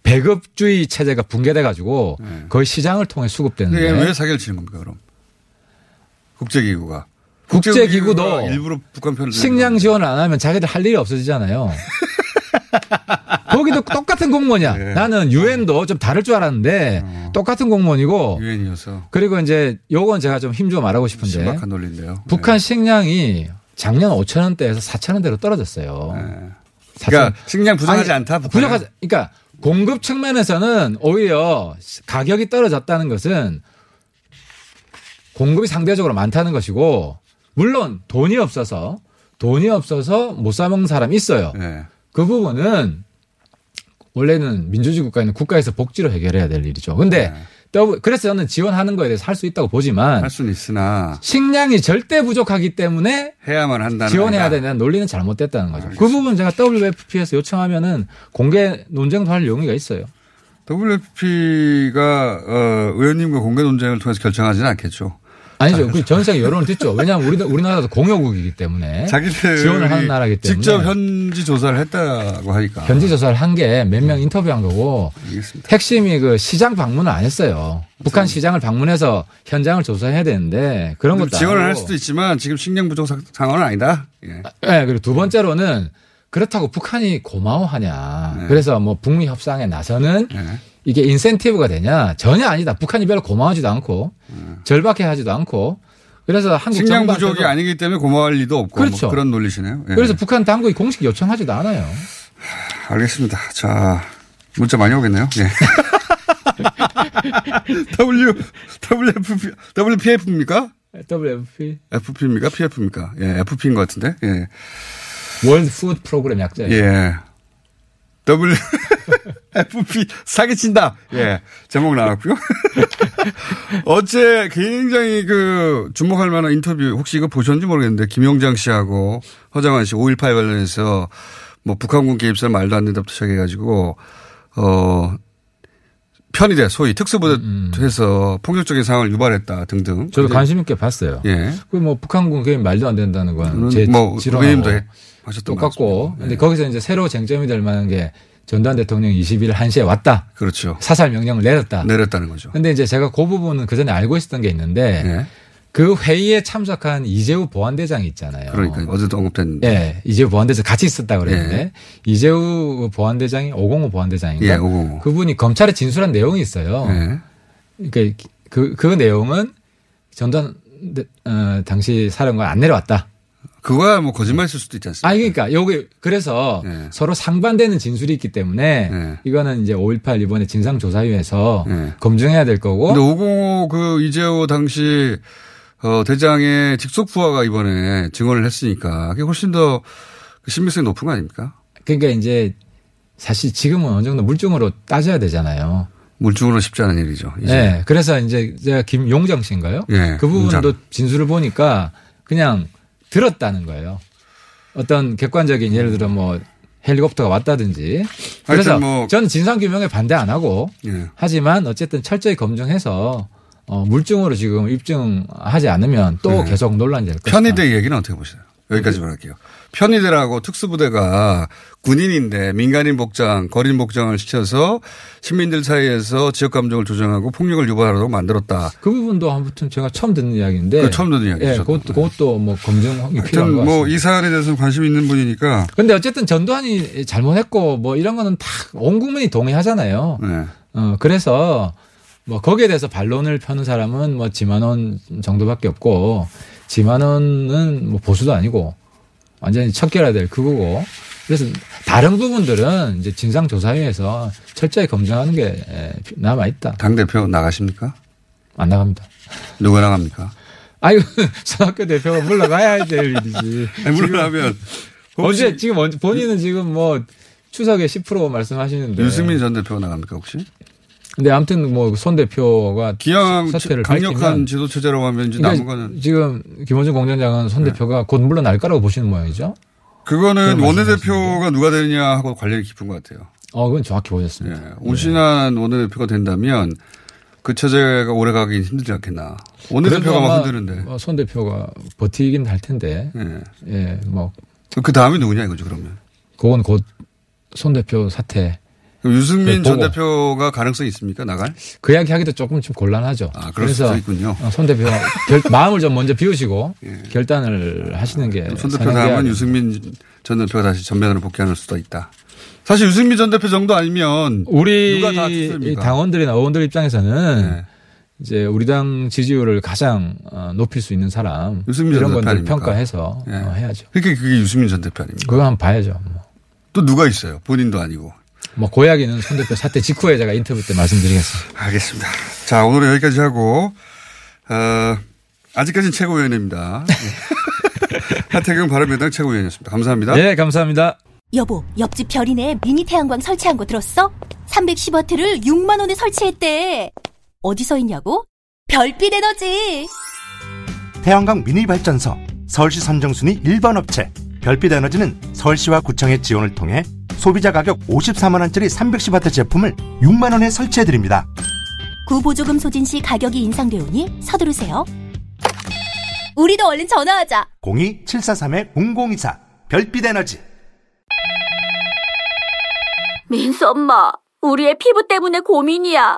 Speaker 3: 배급주의 체제가 붕괴돼 가지고 거의 시장을 통해
Speaker 2: 근데 얘는 네. 왜
Speaker 3: 수급되는데
Speaker 2: 사기를 치는 겁니까 그럼? 국제기구가
Speaker 3: 국제기구도
Speaker 2: 국제기구가 일부러 북한 편을 드는
Speaker 3: 식량
Speaker 2: 건데.
Speaker 3: 지원을 안 하면 자기들 할 일이 없어지잖아요. 거기도 똑같은 공무원이야.
Speaker 2: 예. 어.
Speaker 3: 나는 유엔도 좀 다를 줄 알았는데 똑같은 공무원이고
Speaker 2: 유엔이어서
Speaker 3: 그리고 이제 요건 제가 좀 힘 좀 알아고 싶은데
Speaker 2: 심각한 네. 논리인데요.
Speaker 3: 네. 북한 식량이 작년 5천 원대에서 4천 원대로 떨어졌어요.
Speaker 2: 네. 네.
Speaker 3: 4,000
Speaker 2: 그러니까 식량 부족하지
Speaker 3: 아니,
Speaker 2: 않다. 북한은.
Speaker 3: 부족하지. 그러니까 공급 측면에서는 오히려 가격이 떨어졌다는 것은 공급이 상대적으로 많다는 것이고 물론 돈이 없어서 돈이 없어서 못 사 먹는 사람이 있어요.
Speaker 2: 네.
Speaker 3: 그 부분은 원래는 민주주의 국가에는 국가에서 복지로 해결해야 될 일이죠. 근데 더블- 그래서 저는 지원하는 거에 대해서 할 수 있다고 보지만
Speaker 2: 네. 할 수는 있으나
Speaker 3: 식량이 절대 부족하기 때문에
Speaker 2: 해야만 한다는
Speaker 3: 지원해야
Speaker 2: 아니다.
Speaker 3: 되는 논리는 잘못됐다는 거죠. 그 부분 제가 WFP에서 요청하면은 공개 논쟁도 할 용의가 있어요.
Speaker 2: WFP가 어, 의원님과 공개 논쟁을 통해서 결정하지는 않겠죠.
Speaker 3: 아니죠. 그 전 세계 여론을 듣죠. 왜냐하면 우리, 우리나라도 공여국이기 때문에
Speaker 2: 자기들
Speaker 3: 네? 지원을 하는 나라이기 때문에
Speaker 2: 직접 현지 조사를 했다고 하니까.
Speaker 3: 현지 조사를 한 게 몇 명 인터뷰한 거고
Speaker 2: 예. 알겠습니다. 음.
Speaker 3: 핵심이 그 시장 방문을 안 했어요. 북한 시장을 방문해서 현장을 조사해야 되는데 그런 것도
Speaker 2: 지원을
Speaker 3: 안
Speaker 2: 할
Speaker 3: 하고.
Speaker 2: 수도 있지만 지금 식량 부족 사- 상황은 아니다. 예.
Speaker 3: 네, 그리고 두 번째로는 그렇다고 북한이 고마워하냐.
Speaker 2: 네.
Speaker 3: 그래서 뭐 북미 협상에 나서는 이게 인센티브가 되냐. 전혀 아니다. 북한이 별로 고마워하지도 않고 절박해 하지도 않고 그래서 한국
Speaker 2: 네. 식량
Speaker 3: 정부한테도
Speaker 2: 부족이 아니기 때문에 고마워할 리도 없고 뭐
Speaker 3: 그렇죠.
Speaker 2: 그런 논리시네요. 예.
Speaker 3: 그래서 북한 당국이 공식 요청하지도 않아요.
Speaker 2: 알겠습니다. 자 문자 많이 오겠네요. 예. W WFP WPF입니까?
Speaker 3: WFP
Speaker 2: FP입니까? PF입니까? 예, FP인 것 같은데. 예.
Speaker 3: 월드 푸드 프로그램 약자예요.
Speaker 2: 예. W FP 사기친다. 예. 제목 나왔고요. 어제 굉장히 그 주목할 만한 인터뷰 혹시 이거 보셨는지 모르겠는데 김영장 씨하고 허장환 씨 5.18 관련해서 뭐 북한군 개입사 말도 안 된다부터 시작해가지고 어 편의대 소위 특수부대에서 폭력적인 상황을 유발했다 등등.
Speaker 3: 음, 저도 관심 있게 봤어요.
Speaker 2: 예.
Speaker 3: 그 뭐 북한군 그게 말도 안 된다는
Speaker 2: 저는
Speaker 3: 건제
Speaker 2: 뭐 의원님도
Speaker 3: 지론하고
Speaker 2: 하셨던 것
Speaker 3: 똑같고
Speaker 2: 같습니다. 예.
Speaker 3: 근데 거기서 이제 새로 쟁점이 될 만한 게 전두환 대통령 20일 1시에 왔다.
Speaker 2: 예. 그렇죠.
Speaker 3: 사살 명령을 내렸다.
Speaker 2: 내렸다는 거죠.
Speaker 3: 근데 이제 제가 그 부분은 그 전에 알고 있었던 게 있는데
Speaker 2: 예.
Speaker 3: 그 회의에 참석한 이재우 보안대장이 있잖아요.
Speaker 2: 그러니까 어제도 언급된
Speaker 3: 예, 이재우 보안대장 같이 있었다 그랬는데 이재우 보안대장이 505 보안대장인가?
Speaker 2: 네. 예, 505.
Speaker 3: 그분이 검찰에 진술한 내용이 있어요.
Speaker 2: 예.
Speaker 3: 그러니까 그, 그 내용은 전두환 대- 어, 당시 사령관 안 내려왔다.
Speaker 2: 그거야 뭐 거짓말 쓸 수도 있지 않습니까?
Speaker 3: 아, 그러니까 요게 그래서
Speaker 2: 예.
Speaker 3: 서로 상반되는 진술이 있기 때문에
Speaker 2: 예.
Speaker 3: 이거는 이제 5.18 이번에 진상조사위에서
Speaker 2: 예.
Speaker 3: 검증해야 될 거고
Speaker 2: 근데 505그 이재호 당시 어, 대장의 직속 부하가 이번에 증언을 했으니까 그게 훨씬 더 신빙성이 높은 그 거 아닙니까?
Speaker 3: 그러니까 이제 사실 지금은 어느 정도 물증으로 따져야 되잖아요.
Speaker 2: 물증으로 쉽지 않은 일이죠. 이제.
Speaker 3: 네. 그래서 이제 제가 김용정 씨인가요?
Speaker 2: 예,
Speaker 3: 그 부분도
Speaker 2: 용장.
Speaker 3: 진술을 보니까 그냥 들었다는 거예요. 어떤 객관적인 예를 들어 뭐 헬리콥터가 왔다든지. 그래서
Speaker 2: 하여튼 뭐-
Speaker 3: 저는 진상규명에 반대 안 하고
Speaker 2: 예.
Speaker 3: 하지만 어쨌든 철저히 검증해서 어, 물증으로 지금 입증하지 않으면 또 계속 논란이 될 것이다.
Speaker 2: 네. 편의대 얘기는 어떻게 보시나요? 여기까지만 할게요. 편의대라고 특수부대가 군인인데 민간인 복장, 거린 복장을 시켜서 시민들 사이에서 지역 감정을 조장하고 폭력을 유발하도록 만들었다.
Speaker 3: 그 부분도 아무튼 제가 처음 듣는 이야기인데.
Speaker 2: 그거 처음 듣는 이야기죠,
Speaker 3: 예, 그것도,
Speaker 2: 저도.
Speaker 3: 그것도 뭐 검증이 필요한
Speaker 2: 하여튼
Speaker 3: 것 같습니다.
Speaker 2: 뭐이 사안에 대해서는 관심 있는 분이니까
Speaker 3: 근데 어쨌든 전두환이 잘못했고 뭐 이런 거는 다 온 국민이 동의하잖아요.
Speaker 2: 네.
Speaker 3: 어, 그래서 뭐 거기에 대해서 반론을 펴는 사람은 뭐 지만원 정도밖에 없고 지만원은 뭐 보수도 아니고 완전히 척결해야 될 그거고 그래서 다른 부분들은 이제 진상조사위에서 철저히 검증하는 게 남아 있다
Speaker 2: 당 대표 나가십니까?
Speaker 3: 안 나갑니다.
Speaker 2: 누가 나갑니까?
Speaker 3: 아유 선학교 대표가 물러가야 될 일이지.
Speaker 2: 아니, 물론하면
Speaker 3: 어제 지금 언제- 본인은 지금 뭐 추석에 10% 말씀하시는데
Speaker 2: 유승민 전 대표가 나갑니까 혹시?
Speaker 3: 근데 아무튼 뭐 손 대표가
Speaker 2: 기왕
Speaker 3: 사퇴를
Speaker 2: 강력한
Speaker 3: 밝히면
Speaker 2: 지도체제라고 하면 이제 남은
Speaker 3: 그러니까
Speaker 2: 거는 네.
Speaker 3: 지금 김원준 공장장은 손 대표가 곧 물러날 거라고 보시는 모양이죠.
Speaker 2: 그거는
Speaker 3: 그런
Speaker 2: 원내대표가 누가 되느냐 하고 관련이 깊은 것 같아요.
Speaker 3: 어, 그건 정확히
Speaker 2: 예.
Speaker 3: 보셨습니다.
Speaker 2: 오신한
Speaker 3: 네.
Speaker 2: 원내대표가 된다면 그 체제가 오래 가긴 힘들지 않겠나. 원내대표가 막 흔드는데.
Speaker 3: 어, 손 대표가 버티긴 할 텐데,
Speaker 2: 예.
Speaker 3: 예, 뭐
Speaker 2: 그 다음이 누구냐 이거죠 그러면.
Speaker 3: 그건 곧 손 대표 사태
Speaker 2: 그럼 유승민
Speaker 3: 네,
Speaker 2: 전
Speaker 3: 보고.
Speaker 2: 대표가 가능성이 있습니까 나갈?
Speaker 3: 그 이야기하기도 조금 좀 곤란하죠.
Speaker 2: 아, 그럴 수도 있군요. 예.
Speaker 3: 어, 손 대표 결- 마음을 좀 먼저 비우시고 결단을 하시는 게
Speaker 2: 아, 손 대표
Speaker 3: 선행돼야
Speaker 2: 다음은
Speaker 3: 예, 됩니다.
Speaker 2: 유승민 전 대표가 다시 전면으로 복귀하는 수도 있다. 사실 유승민 전 대표 정도 아니면
Speaker 3: 우리
Speaker 2: 누가 다 듣습니까?
Speaker 3: 당원들이나 의원들 입장에서는
Speaker 2: 네.
Speaker 3: 이제 우리 당 지지율을 가장 어, 높일 수 있는 사람
Speaker 2: 유승민
Speaker 3: 이런
Speaker 2: 전 대표
Speaker 3: 건들
Speaker 2: 아닙니까?
Speaker 3: 평가해서
Speaker 2: 예.
Speaker 3: 어, 해야죠.
Speaker 2: 그게 그게 유승민 전 대표 아닙니까?
Speaker 3: 그거 한번 봐야죠. 뭐.
Speaker 2: 또 누가 있어요? 본인도 아니고.
Speaker 3: 뭐 고약이는 손 대표 사태 직후에 제가 인터뷰 때 말씀드리겠습니다.
Speaker 2: 알겠습니다. 자 오늘은 여기까지 하고 어, 아직까지는 최고위원입니다. 네. 하태경 바른미래당 최고위원이었습니다. 감사합니다.
Speaker 3: 예, 감사합니다.
Speaker 4: 여보, 옆집 별이네 미니 태양광 설치한 거 들었어? 310W를 6만 원에 설치했대. 어디서 있냐고? 별빛 에너지.
Speaker 5: 태양광 미니 발전소 서울시 선정순위 1번 업체 별빛 에너지는 서울시와 구청의 지원을 통해 소비자 가격 54만 원짜리 310와트 제품을 6만 원에 설치해 드립니다.
Speaker 4: 구보조금 소진 시 가격이 인상되오니 서두르세요. 우리도 얼른 전화하자.
Speaker 5: 02 743의 0024 별빛 에너지
Speaker 6: 민수 엄마, 우리의 피부 때문에 고민이야.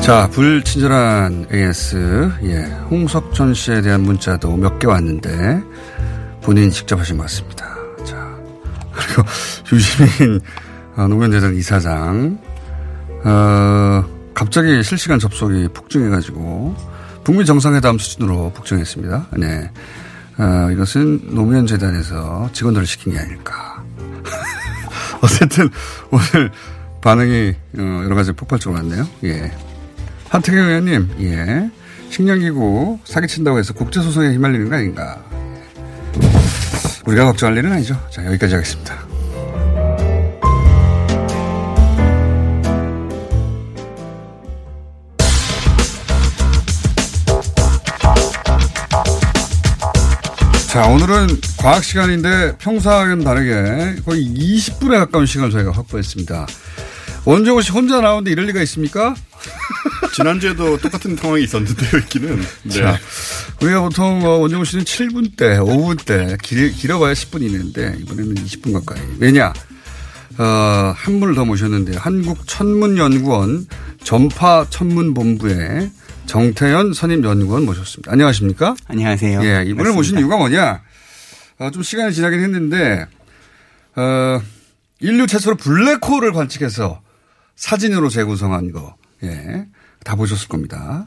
Speaker 2: 자, 불친절한 AS. 예. 홍석천 씨에 대한 문자도 몇 개 왔는데, 본인이 직접 하신 것 같습니다. 자. 그리고 유시민 어, 노무현재단 이사장. 어, 갑자기 실시간 접속이 폭증해가지고, 북미 정상회담 수준으로 폭증했습니다. 네. 어, 이것은 노무현재단에서 직원들을 시킨 게 아닐까. 어쨌든, 오늘 반응이 어, 여러 가지 폭발적으로 왔네요. 예. 하태경 의원님, 예. 식량기구 사기친다고 해서 국제소송에 휘말리는 거 아닌가. 우리가 걱정할 일은 아니죠. 자, 여기까지 하겠습니다. 자, 오늘은 과학 시간인데 평소와는 다르게 거의 20분에 가까운 시간을 저희가 확보했습니다. 원종호 씨 혼자 나오는데 이럴 리가 있습니까?
Speaker 7: 지난주에도 똑같은 상황이 있었는데요, 있기는. 네.
Speaker 2: 자, 우리가 보통 어, 원정우 씨는 7분 대, 5분 대, 길, 길어봐야 10분 이내인데 이번에는 20분 가까이. 왜냐? 어, 한 분을 더 모셨는데요. 한국천문연구원 전파천문본부의 정태현 선임연구원 모셨습니다. 안녕하십니까?
Speaker 8: 안녕하세요.
Speaker 2: 예, 이분을 모신
Speaker 8: 맞습니다.
Speaker 2: 이유가 뭐냐? 어, 좀 시간이 지나긴 했는데, 어, 인류 최초로 블랙홀을 관측해서 사진으로 재구성한 거. 예. 다 보셨을 겁니다.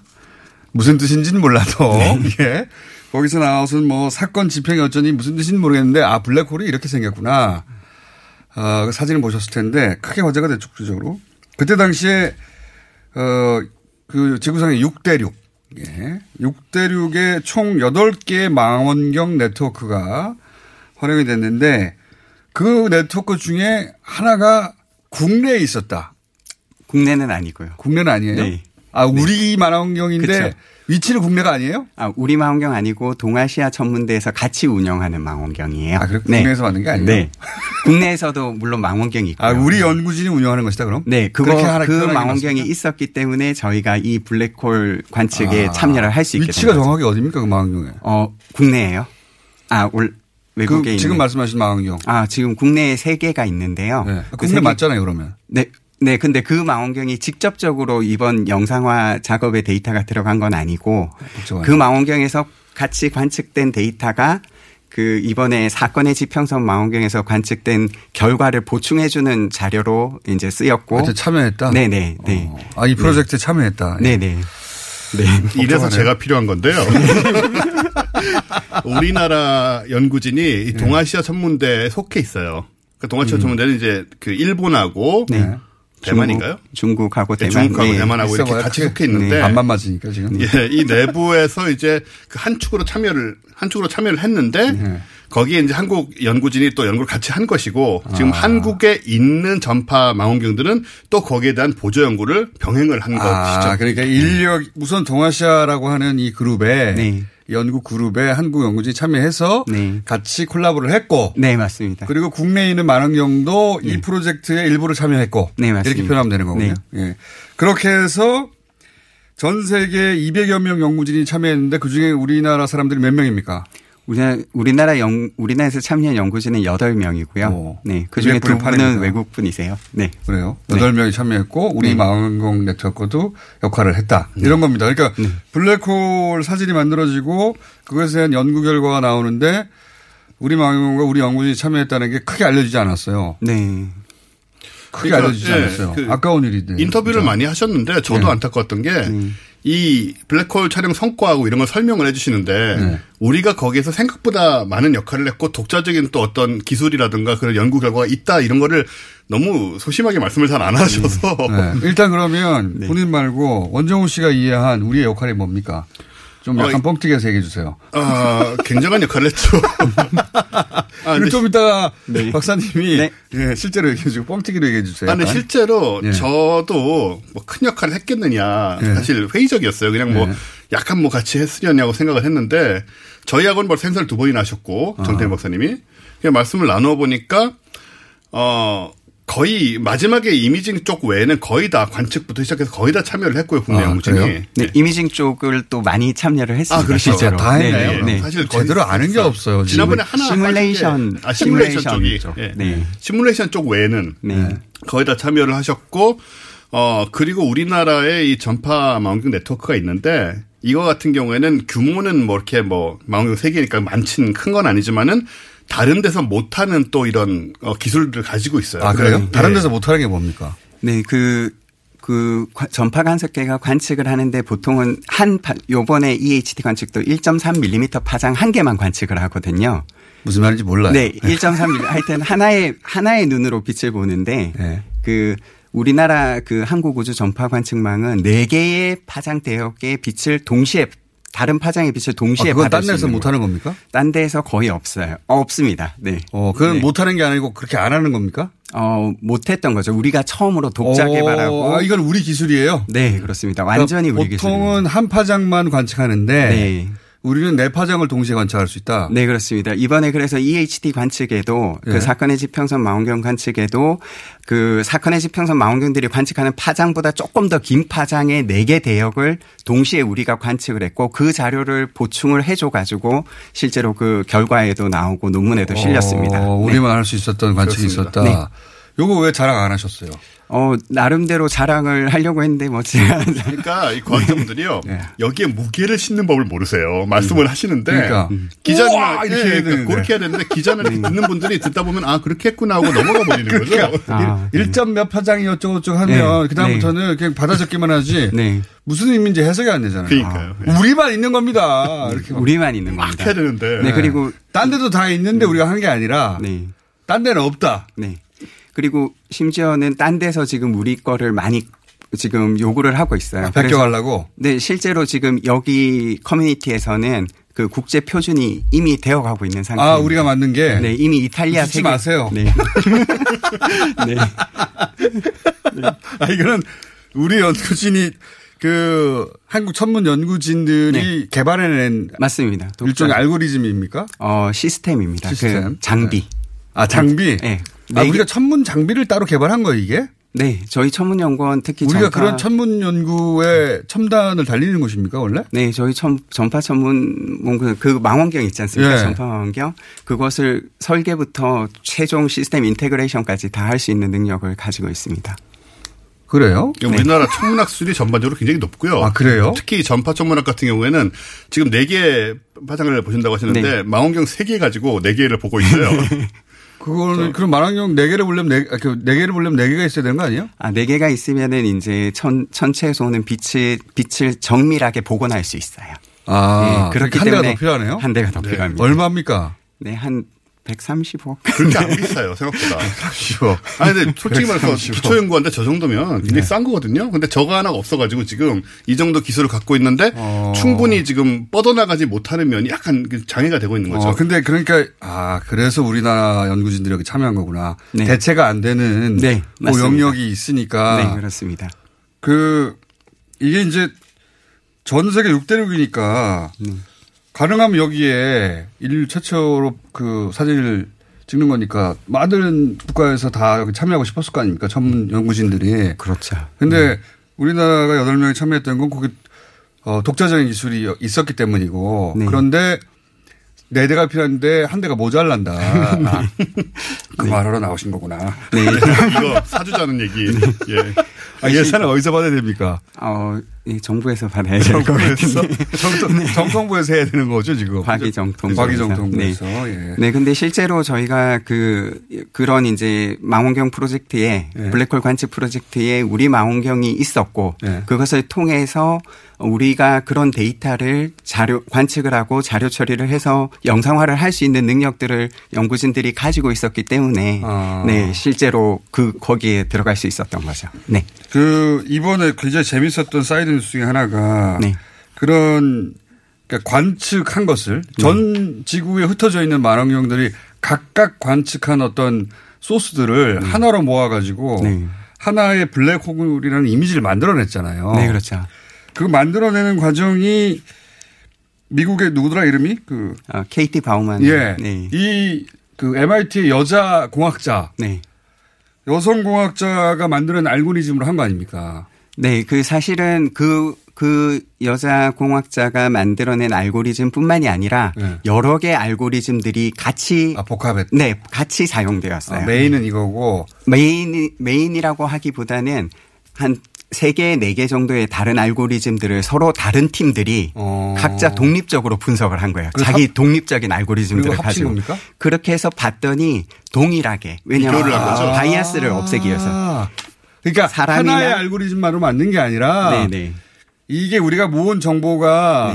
Speaker 2: 무슨 뜻인지는 몰라도. 예. 거기서 나와서는 뭐 사건 집행이 어쩌니 무슨 뜻인지 모르겠는데 아, 블랙홀이 이렇게 생겼구나. 어, 그 사진을 보셨을 텐데 크게 화제가 됐죠, 구체적으로. 그때 당시에 어, 그 지구상의 6대륙. 예. 6대륙에 총 8개의 망원경 네트워크가 활용이 됐는데 그 네트워크 중에 하나가 국내에 있었다.
Speaker 9: 국내는 아니고요.
Speaker 2: 국내는 아니에요?
Speaker 9: 네.
Speaker 2: 아, 우리만 환경인데
Speaker 9: 그쵸.
Speaker 2: 위치는 국내가 아니에요?
Speaker 9: 아, 우리 망원경 아니고 동아시아 전문대에서 같이 운영하는 망원경이에요. 아, 그래요?
Speaker 2: 국내에서 만든 게 아니에요?
Speaker 9: 네. 국내에서도 물론 망원경이 있고.
Speaker 2: 아, 우리 연구진이 운영하는 것이다, 그럼?
Speaker 9: 네, 그거
Speaker 2: 그렇게 하나
Speaker 9: 그
Speaker 2: 기억나게
Speaker 9: 망원경이 있었기 때문에 저희가 이 블랙홀 관측에
Speaker 2: 아,
Speaker 9: 참여를 할 수 있게
Speaker 2: 위치가
Speaker 9: 된 거죠.
Speaker 2: 정확히 어딥니까, 그 망원경에?
Speaker 9: 어, 국내예요. 아, 올 외국에
Speaker 2: 그
Speaker 9: 있는
Speaker 2: 지금 말씀하신 망원경.
Speaker 9: 아, 지금 국내에 세 개가 있는데요.
Speaker 2: 아, 국내 맞잖아요, 그러면.
Speaker 9: 네. 네, 근데 그 망원경이 직접적으로 이번 영상화 작업에 데이터가 들어간 건 아니고
Speaker 2: 복잡하네.
Speaker 9: 그 망원경에서 같이 관측된 데이터가 그 이번에 사건의 지평선 망원경에서 관측된 결과를 보충해주는 자료로 이제
Speaker 5: 어?
Speaker 9: 쓰였고.
Speaker 2: 하여튼 참여했다?
Speaker 9: 네네. 네.
Speaker 2: 아, 이 프로젝트에 참여했다. 예.
Speaker 9: 네네. 네.
Speaker 5: 이래서 제가 필요한 건데요. 우리나라 연구진이 이 동아시아 천문대에 속해 있어요. 그 동아시아
Speaker 9: 음.
Speaker 5: 천문대는 이제 그 일본하고 대만인가요?
Speaker 9: 중국, 하고
Speaker 5: 네,
Speaker 9: 대만.
Speaker 5: 중국하고
Speaker 2: 예.
Speaker 9: 네.
Speaker 5: 대만하고 이렇게 같이 속해 있는데
Speaker 2: 반만 네. 맞으니까 지금.
Speaker 5: 예, 이 내부에서 이제 그 한 축으로 참여를 한 축으로 참여를 했는데 거기에 이제 한국 연구진이 또 연구를 같이 한 것이고
Speaker 9: 아.
Speaker 5: 지금 한국에 있는 전파 망원경들은 또 거기에 대한 보조 연구를 병행을 한 네.
Speaker 2: 아,
Speaker 5: 것이죠.
Speaker 2: 그러니까 인력 우선 동아시아라고 하는 이 그룹에
Speaker 5: 네.
Speaker 2: 연구 그룹에 한국 연구진이 참여해서 같이 콜라보를 했고
Speaker 9: 네, 맞습니다.
Speaker 2: 그리고 국내에 있는 만원경도 이
Speaker 5: 네.
Speaker 2: 프로젝트의 일부를 참여했고
Speaker 9: 네, 맞습니다.
Speaker 2: 이렇게 표현하면 되는 거군요. 예. 그렇게 해서 전 세계 200여 명 연구진이 참여했는데 그중에 우리나라 사람들이 몇 명입니까?
Speaker 9: 우리나라, 우리나라 영, 우리나라에서 참여한 연구진은 8명이고요. 네. 그 중에 두
Speaker 2: 블랙풀
Speaker 9: 분은
Speaker 2: 팔입니다.
Speaker 9: 외국 분이세요. 네.
Speaker 2: 그래요. 여덟 명이 참여했고
Speaker 5: 네.
Speaker 2: 우리 망원경 네트워크도 역할을 했다. 이런 겁니다. 그러니까
Speaker 5: 네.
Speaker 2: 블랙홀 사진이 만들어지고 그것에 대한 연구 결과가 나오는데 우리 망원경과 우리 연구진이 참여했다는 게 크게 알려지지 않았어요.
Speaker 9: 네.
Speaker 2: 크게
Speaker 5: 그러니까,
Speaker 2: 알려지지
Speaker 5: 예,
Speaker 2: 않았어요.
Speaker 5: 그
Speaker 2: 아까운 일인데.
Speaker 5: 인터뷰를 많이 하셨는데
Speaker 2: 네.
Speaker 5: 저도 안타까웠던 게 이 블랙홀 촬영 성과하고 이런 걸 설명을 해주시는데 우리가 거기에서 생각보다 많은 역할을 했고 독자적인 또 어떤 기술이라든가 그런 연구 결과가 있다 이런 거를 너무 소심하게 말씀을 잘 안 하셔서
Speaker 9: 음.
Speaker 2: 네. 일단 그러면
Speaker 5: 네.
Speaker 2: 본인 말고 원정우 씨가 이해한 우리의 역할이 뭡니까? 좀 약간
Speaker 5: 어, 이-
Speaker 2: 뻥튀기해서 얘기해 주세요.
Speaker 5: 아, 굉장한 역할을 했죠. 아, 근데
Speaker 2: 좀 이따가
Speaker 5: 네.
Speaker 2: 박사님이 예, 실제로 얘기해 주고 뻥튀기로 얘기해 주세요.
Speaker 5: 아, 근데
Speaker 2: 약간.
Speaker 5: 실제로
Speaker 9: 네.
Speaker 2: 예.
Speaker 5: 저도 뭐 큰 역할을 했겠느냐
Speaker 2: 예.
Speaker 5: 사실 회의적이었어요. 그냥 뭐
Speaker 9: 네.
Speaker 2: 예.
Speaker 5: 약간 뭐 같이 했으려냐고 생각을 했는데 저희 학원 벌써 행사를 두 번이나 하셨고
Speaker 9: 아.
Speaker 5: 정태인 박사님이 그냥 말씀을 나누어 보니까 어 거의 마지막에 이미징 쪽 외에는 거의 다 관측부터 시작해서 거의 다 참여를 했고요 국내
Speaker 2: 아,
Speaker 5: 연구진이.
Speaker 9: 네. 이미징 쪽을 또 많이 참여를 했습니다.
Speaker 5: 아, 그렇죠.
Speaker 9: 실제로.
Speaker 5: 다 했네요. 사실 거의 제대로 아는 게 없어요, 지금. 지난번에 하나
Speaker 9: 시뮬레이션.
Speaker 5: 빠진 게- 아, 시뮬레이션 쪽이.
Speaker 9: 시뮬레이션이죠.
Speaker 5: 예.
Speaker 9: 네.
Speaker 5: 시뮬레이션 쪽 외에는 거의 다 참여를 하셨고 어 그리고 우리나라에 이 전파 망원경 네트워크가 있는데 이거
Speaker 2: 아.
Speaker 5: 같은 경우에는 규모는 뭐 이렇게 뭐 망원경 세 개니까 많진 큰 건 아니지만은 다른 데서 못하는 또 이런 어, 기술들을 가지고 있어요.
Speaker 2: 아, 그래요?
Speaker 5: 네.
Speaker 2: 다른 데서 못하는 게 뭡니까?
Speaker 9: 네, 그, 그 관- 전파 간섭계가 관측을 하는데 보통은 한, 파- 요번에 EHD 관측도 1.3mm 파장 한 개만 관측을 하거든요.
Speaker 2: 무슨 말인지 몰라요. 아,
Speaker 9: 네, 1.3mm. 하여튼 하나의, 하나의 눈으로 빛을 보는데
Speaker 2: 예.
Speaker 9: 그 우리나라 그 한국 우주 전파 관측망은 네 개의 파장 대역 개의 빛을 동시에 다른 파장의 빛을 동시에
Speaker 2: 아, 그건
Speaker 9: 받을
Speaker 2: 딴
Speaker 9: 수
Speaker 2: 데서
Speaker 9: 있는
Speaker 2: 못하는 겁니까?
Speaker 9: 딴 데에서 거의 없어요. 어, 없습니다. 네.
Speaker 2: 어, 그건 못하는 게 아니고 그렇게 안 하는 겁니까?
Speaker 9: 어, 못했던 거죠. 우리가 처음으로 독자
Speaker 2: 오,
Speaker 9: 개발하고.
Speaker 2: 아, 이건 우리 기술이에요?
Speaker 9: 네, 그렇습니다. 완전히
Speaker 2: 그러니까
Speaker 9: 우리 기술.
Speaker 2: 보통은 한 파장만 관측하는데
Speaker 9: 네.
Speaker 2: 우리는 네 파장을 동시에 관측할 수 있다.
Speaker 9: 네, 그렇습니다. 이번에 그래서 EHD 관측에도
Speaker 2: 예.
Speaker 9: 그 사건의 지평선 망원경 관측에도 그 사건의 지평선 망원경들이 관측하는 파장보다 조금 더 긴 파장의 네 개 대역을 동시에 우리가 관측을 했고 그 자료를 보충을 해줘 가지고 실제로 그 결과에도 나오고 논문에도 실렸습니다. 네.
Speaker 2: 어, 우리만 할 수 있었던 관측이
Speaker 9: 그렇습니다.
Speaker 2: 있었다. 요거 왜 자랑 안 하셨어요?
Speaker 9: 어, 나름대로 자랑을 하려고 했는데 뭐 제가
Speaker 5: 그러니까 이 과학자분들이요
Speaker 9: 네.
Speaker 5: 여기에 무게를 싣는 법을 모르세요.
Speaker 9: 음.
Speaker 5: 말씀을 하시는데 음.
Speaker 2: 그러니까.
Speaker 5: 기자나
Speaker 2: 우와! 이렇게 해야 되는데.
Speaker 5: 그러니까 그렇게 해야 되는데 기자는
Speaker 9: 음.
Speaker 5: 이렇게 듣는 분들이 듣다 보면 아 그렇게 했구나 하고 넘어가 버리는 거죠.
Speaker 2: 그러니까
Speaker 9: 아,
Speaker 2: 일-
Speaker 9: 네.
Speaker 2: 일점 몇 파장이 어쩌고저쩌고
Speaker 5: 네.
Speaker 2: 하면 그다음부터는 그냥 받아 적기만 하지
Speaker 9: 네.
Speaker 2: 무슨 의미인지 해석이 안 되잖아요.
Speaker 5: 그러니까요.
Speaker 2: 아, 우리만 있는 겁니다. 이렇게 막
Speaker 9: 우리만 있는 겁니다.
Speaker 5: 해야 되는데. 네.
Speaker 9: 네, 그리고
Speaker 2: 딴 데도 다 있는데 우리가 한 게 아니라 딴 데는 없다.
Speaker 9: 네. 그리고 심지어는 딴 데서 지금 우리 거를 많이 지금 요구를 하고 있어요.
Speaker 2: 아, 뺏겨가려고?
Speaker 9: 그래서- 네, 실제로 지금 여기 커뮤니티에서는 그 국제 표준이 이미 되어 가고 있는 상태.
Speaker 2: 아, 우리가 만든 게?
Speaker 9: 네, 이미 이탈리아
Speaker 2: 웃지
Speaker 9: 세계
Speaker 2: 마세요.
Speaker 9: 네. 네.
Speaker 2: 아, 이거는 우리 연구진이 그 한국 천문 연구진들이 개발해낸
Speaker 9: 맞습니다. 네. 독자-
Speaker 2: 일종의 알고리즘입니까?
Speaker 9: 어, 시스템입니다. 그
Speaker 2: 시스템.
Speaker 9: 장비.
Speaker 2: 아, 장비?
Speaker 9: 네.
Speaker 2: 아,
Speaker 9: 네 개-
Speaker 2: 우리가 천문 장비를 따로 개발한 거예요, 이게?
Speaker 9: 네, 저희 천문연구원 특히
Speaker 2: 우리가
Speaker 9: 전파-
Speaker 2: 그런 천문 연구의 첨단을 달리는 곳입니까, 원래?
Speaker 9: 네, 저희 천, 전파 전문 뭔가 그 망원경 있지 않습니까?
Speaker 2: 예.
Speaker 9: 전파 망원경 그것을 설계부터 최종 시스템 인테그레이션까지 다 할 수 있는 능력을 가지고 있습니다.
Speaker 2: 그래요?
Speaker 5: 우리나라 천문학 수준이 전반적으로 굉장히 높고요.
Speaker 9: 아, 그래요?
Speaker 5: 특히 전파 천문학 같은 경우에는 지금 네개의 파장을 보신다고 하시는데
Speaker 2: 네.
Speaker 5: 망원경 세 개 가지고 네개를 보고 있어요.
Speaker 2: 그거는 그럼 망원경 4개를 보려면 4, 네개를 보려면 4개가 있어야 되는 거 아니에요?
Speaker 9: 아, 네 개가 있으면은 이제 천, 천체에서 오는 빛을, 빛을 정밀하게 복원할 수 있어요.
Speaker 2: 아,
Speaker 9: 네,
Speaker 2: 그러니까
Speaker 9: 그렇기
Speaker 2: 한 대가
Speaker 9: 때문에
Speaker 2: 더 필요하네요?
Speaker 9: 한 대가 더
Speaker 2: 네.
Speaker 9: 필요합니다.
Speaker 2: 얼마입니까?
Speaker 9: 네, 한 135억.
Speaker 5: 그렇게 안 비싸요, 생각보다.
Speaker 2: 어,
Speaker 5: 아니, 근데 솔직히 말해서
Speaker 9: 135.
Speaker 5: 기초 연구한데 저 정도면 굉장히 싼 거거든요. 근데 저거 하나 없어가지고 지금 이 정도 기술을 갖고 있는데 충분히 지금 뻗어나가지 못하는 면이 약간 그 장애가 되고 있는 거죠.
Speaker 2: 어, 근데 그러니까 아 그래서 우리나라 연구진들이 여기 참여한 거구나.
Speaker 9: 네.
Speaker 2: 대체가 안 되는
Speaker 9: 네,
Speaker 2: 그
Speaker 9: 맞습니다.
Speaker 2: 영역이 있으니까.
Speaker 9: 네, 그렇습니다.
Speaker 2: 그 이게 이제 전 세계 6대륙이니까
Speaker 9: 네.
Speaker 2: 가능하면 여기에 인류 최초로 그 사진을 찍는 거니까 많은 국가에서 다 여기 참여하고 싶었을 거 아닙니까?
Speaker 9: 음.
Speaker 2: 전문 연구진들이.
Speaker 9: 그렇죠.
Speaker 2: 근데 우리나라가 여덟 명이 참여했던 건 거기 어, 독자적인 기술이 있었기 때문이고 그런데 네 대가 필요한데 한 대가 모자란다. 아, 그 말하러 나오신 거구나. 네.
Speaker 9: 네.
Speaker 5: 이거 사주자는 얘기. 예.
Speaker 2: 아, 예산을 어디서 받아야 됩니까?
Speaker 9: 어, 이 정부에서 받아야 될것
Speaker 2: 정부에서?
Speaker 9: 같은데.
Speaker 2: 정통부에서 해야 되는 거죠, 지금?
Speaker 9: 네. 과기정통부에서.
Speaker 2: 과기정통부에서, 예.
Speaker 9: 그 네, 근데 실제로 저희가 그, 그런 이제 망원경 프로젝트에,
Speaker 2: 예.
Speaker 9: 블랙홀 관측 프로젝트에 우리 망원경이 있었고,
Speaker 2: 예.
Speaker 9: 그것을 통해서 우리가 그런 데이터를 자료, 관측을 하고 자료 처리를 해서 영상화를 할 수 있는 능력들을 연구진들이 가지고 있었기 때문에,
Speaker 2: 아.
Speaker 9: 네, 실제로 그, 거기에 들어갈 수 있었던 거죠. 네.
Speaker 2: 그 이번에 굉장히 재밌었던 사이드 뉴스 중에 하나가
Speaker 9: 네.
Speaker 2: 그런 그러니까 관측한 것을
Speaker 9: 예.
Speaker 2: 전 지구에 흩어져 있는 만원경들이 각각 관측한 어떤 소스들을
Speaker 9: 예.
Speaker 2: 하나로 모아가지고
Speaker 9: 네.
Speaker 2: 하나의 블랙홀이라는 이미지를 만들어냈잖아요.
Speaker 9: 네, 그렇죠.
Speaker 2: 그 만들어내는 과정이 미국의 누구더라 이름이 그
Speaker 9: 어, KT 바우만.
Speaker 2: 예.
Speaker 9: 네.
Speaker 2: 이 그 MIT 여자 공학자.
Speaker 9: 네.
Speaker 2: 여성 공학자가 만드는 알고리즘으로 한 거 아닙니까?
Speaker 9: 네, 그 사실은 그, 그 여자 공학자가 만들어낸 알고리즘뿐만이 아니라 여러 개 알고리즘들이
Speaker 2: 네.
Speaker 9: 같이
Speaker 2: 아, 복합했
Speaker 9: 네, 같이 사용되었어요.
Speaker 2: 아, 메인은 이거고
Speaker 9: 메인 메인이라고 하기보다는 한 세 개, 네 개 정도의 다른 알고리즘들을 서로 다른 팀들이 각자 독립적으로 분석을 한 거예요.
Speaker 2: 어. 그리고
Speaker 9: 자기
Speaker 2: 합-
Speaker 9: 독립적인 알고리즘들을
Speaker 2: 그리고 합친
Speaker 9: 가지고.
Speaker 2: 겁니까?
Speaker 9: 그렇게 해서 봤더니 동일하게. 왜냐하면
Speaker 2: 비교를 한 거죠?
Speaker 9: 바이아스를 없애기 위해서.
Speaker 2: 그러니까
Speaker 9: 사람이나-
Speaker 2: 하나의 알고리즘만으로 만든 게 아니라 아.
Speaker 9: 네네. 네.
Speaker 2: 이게 우리가 모은 정보가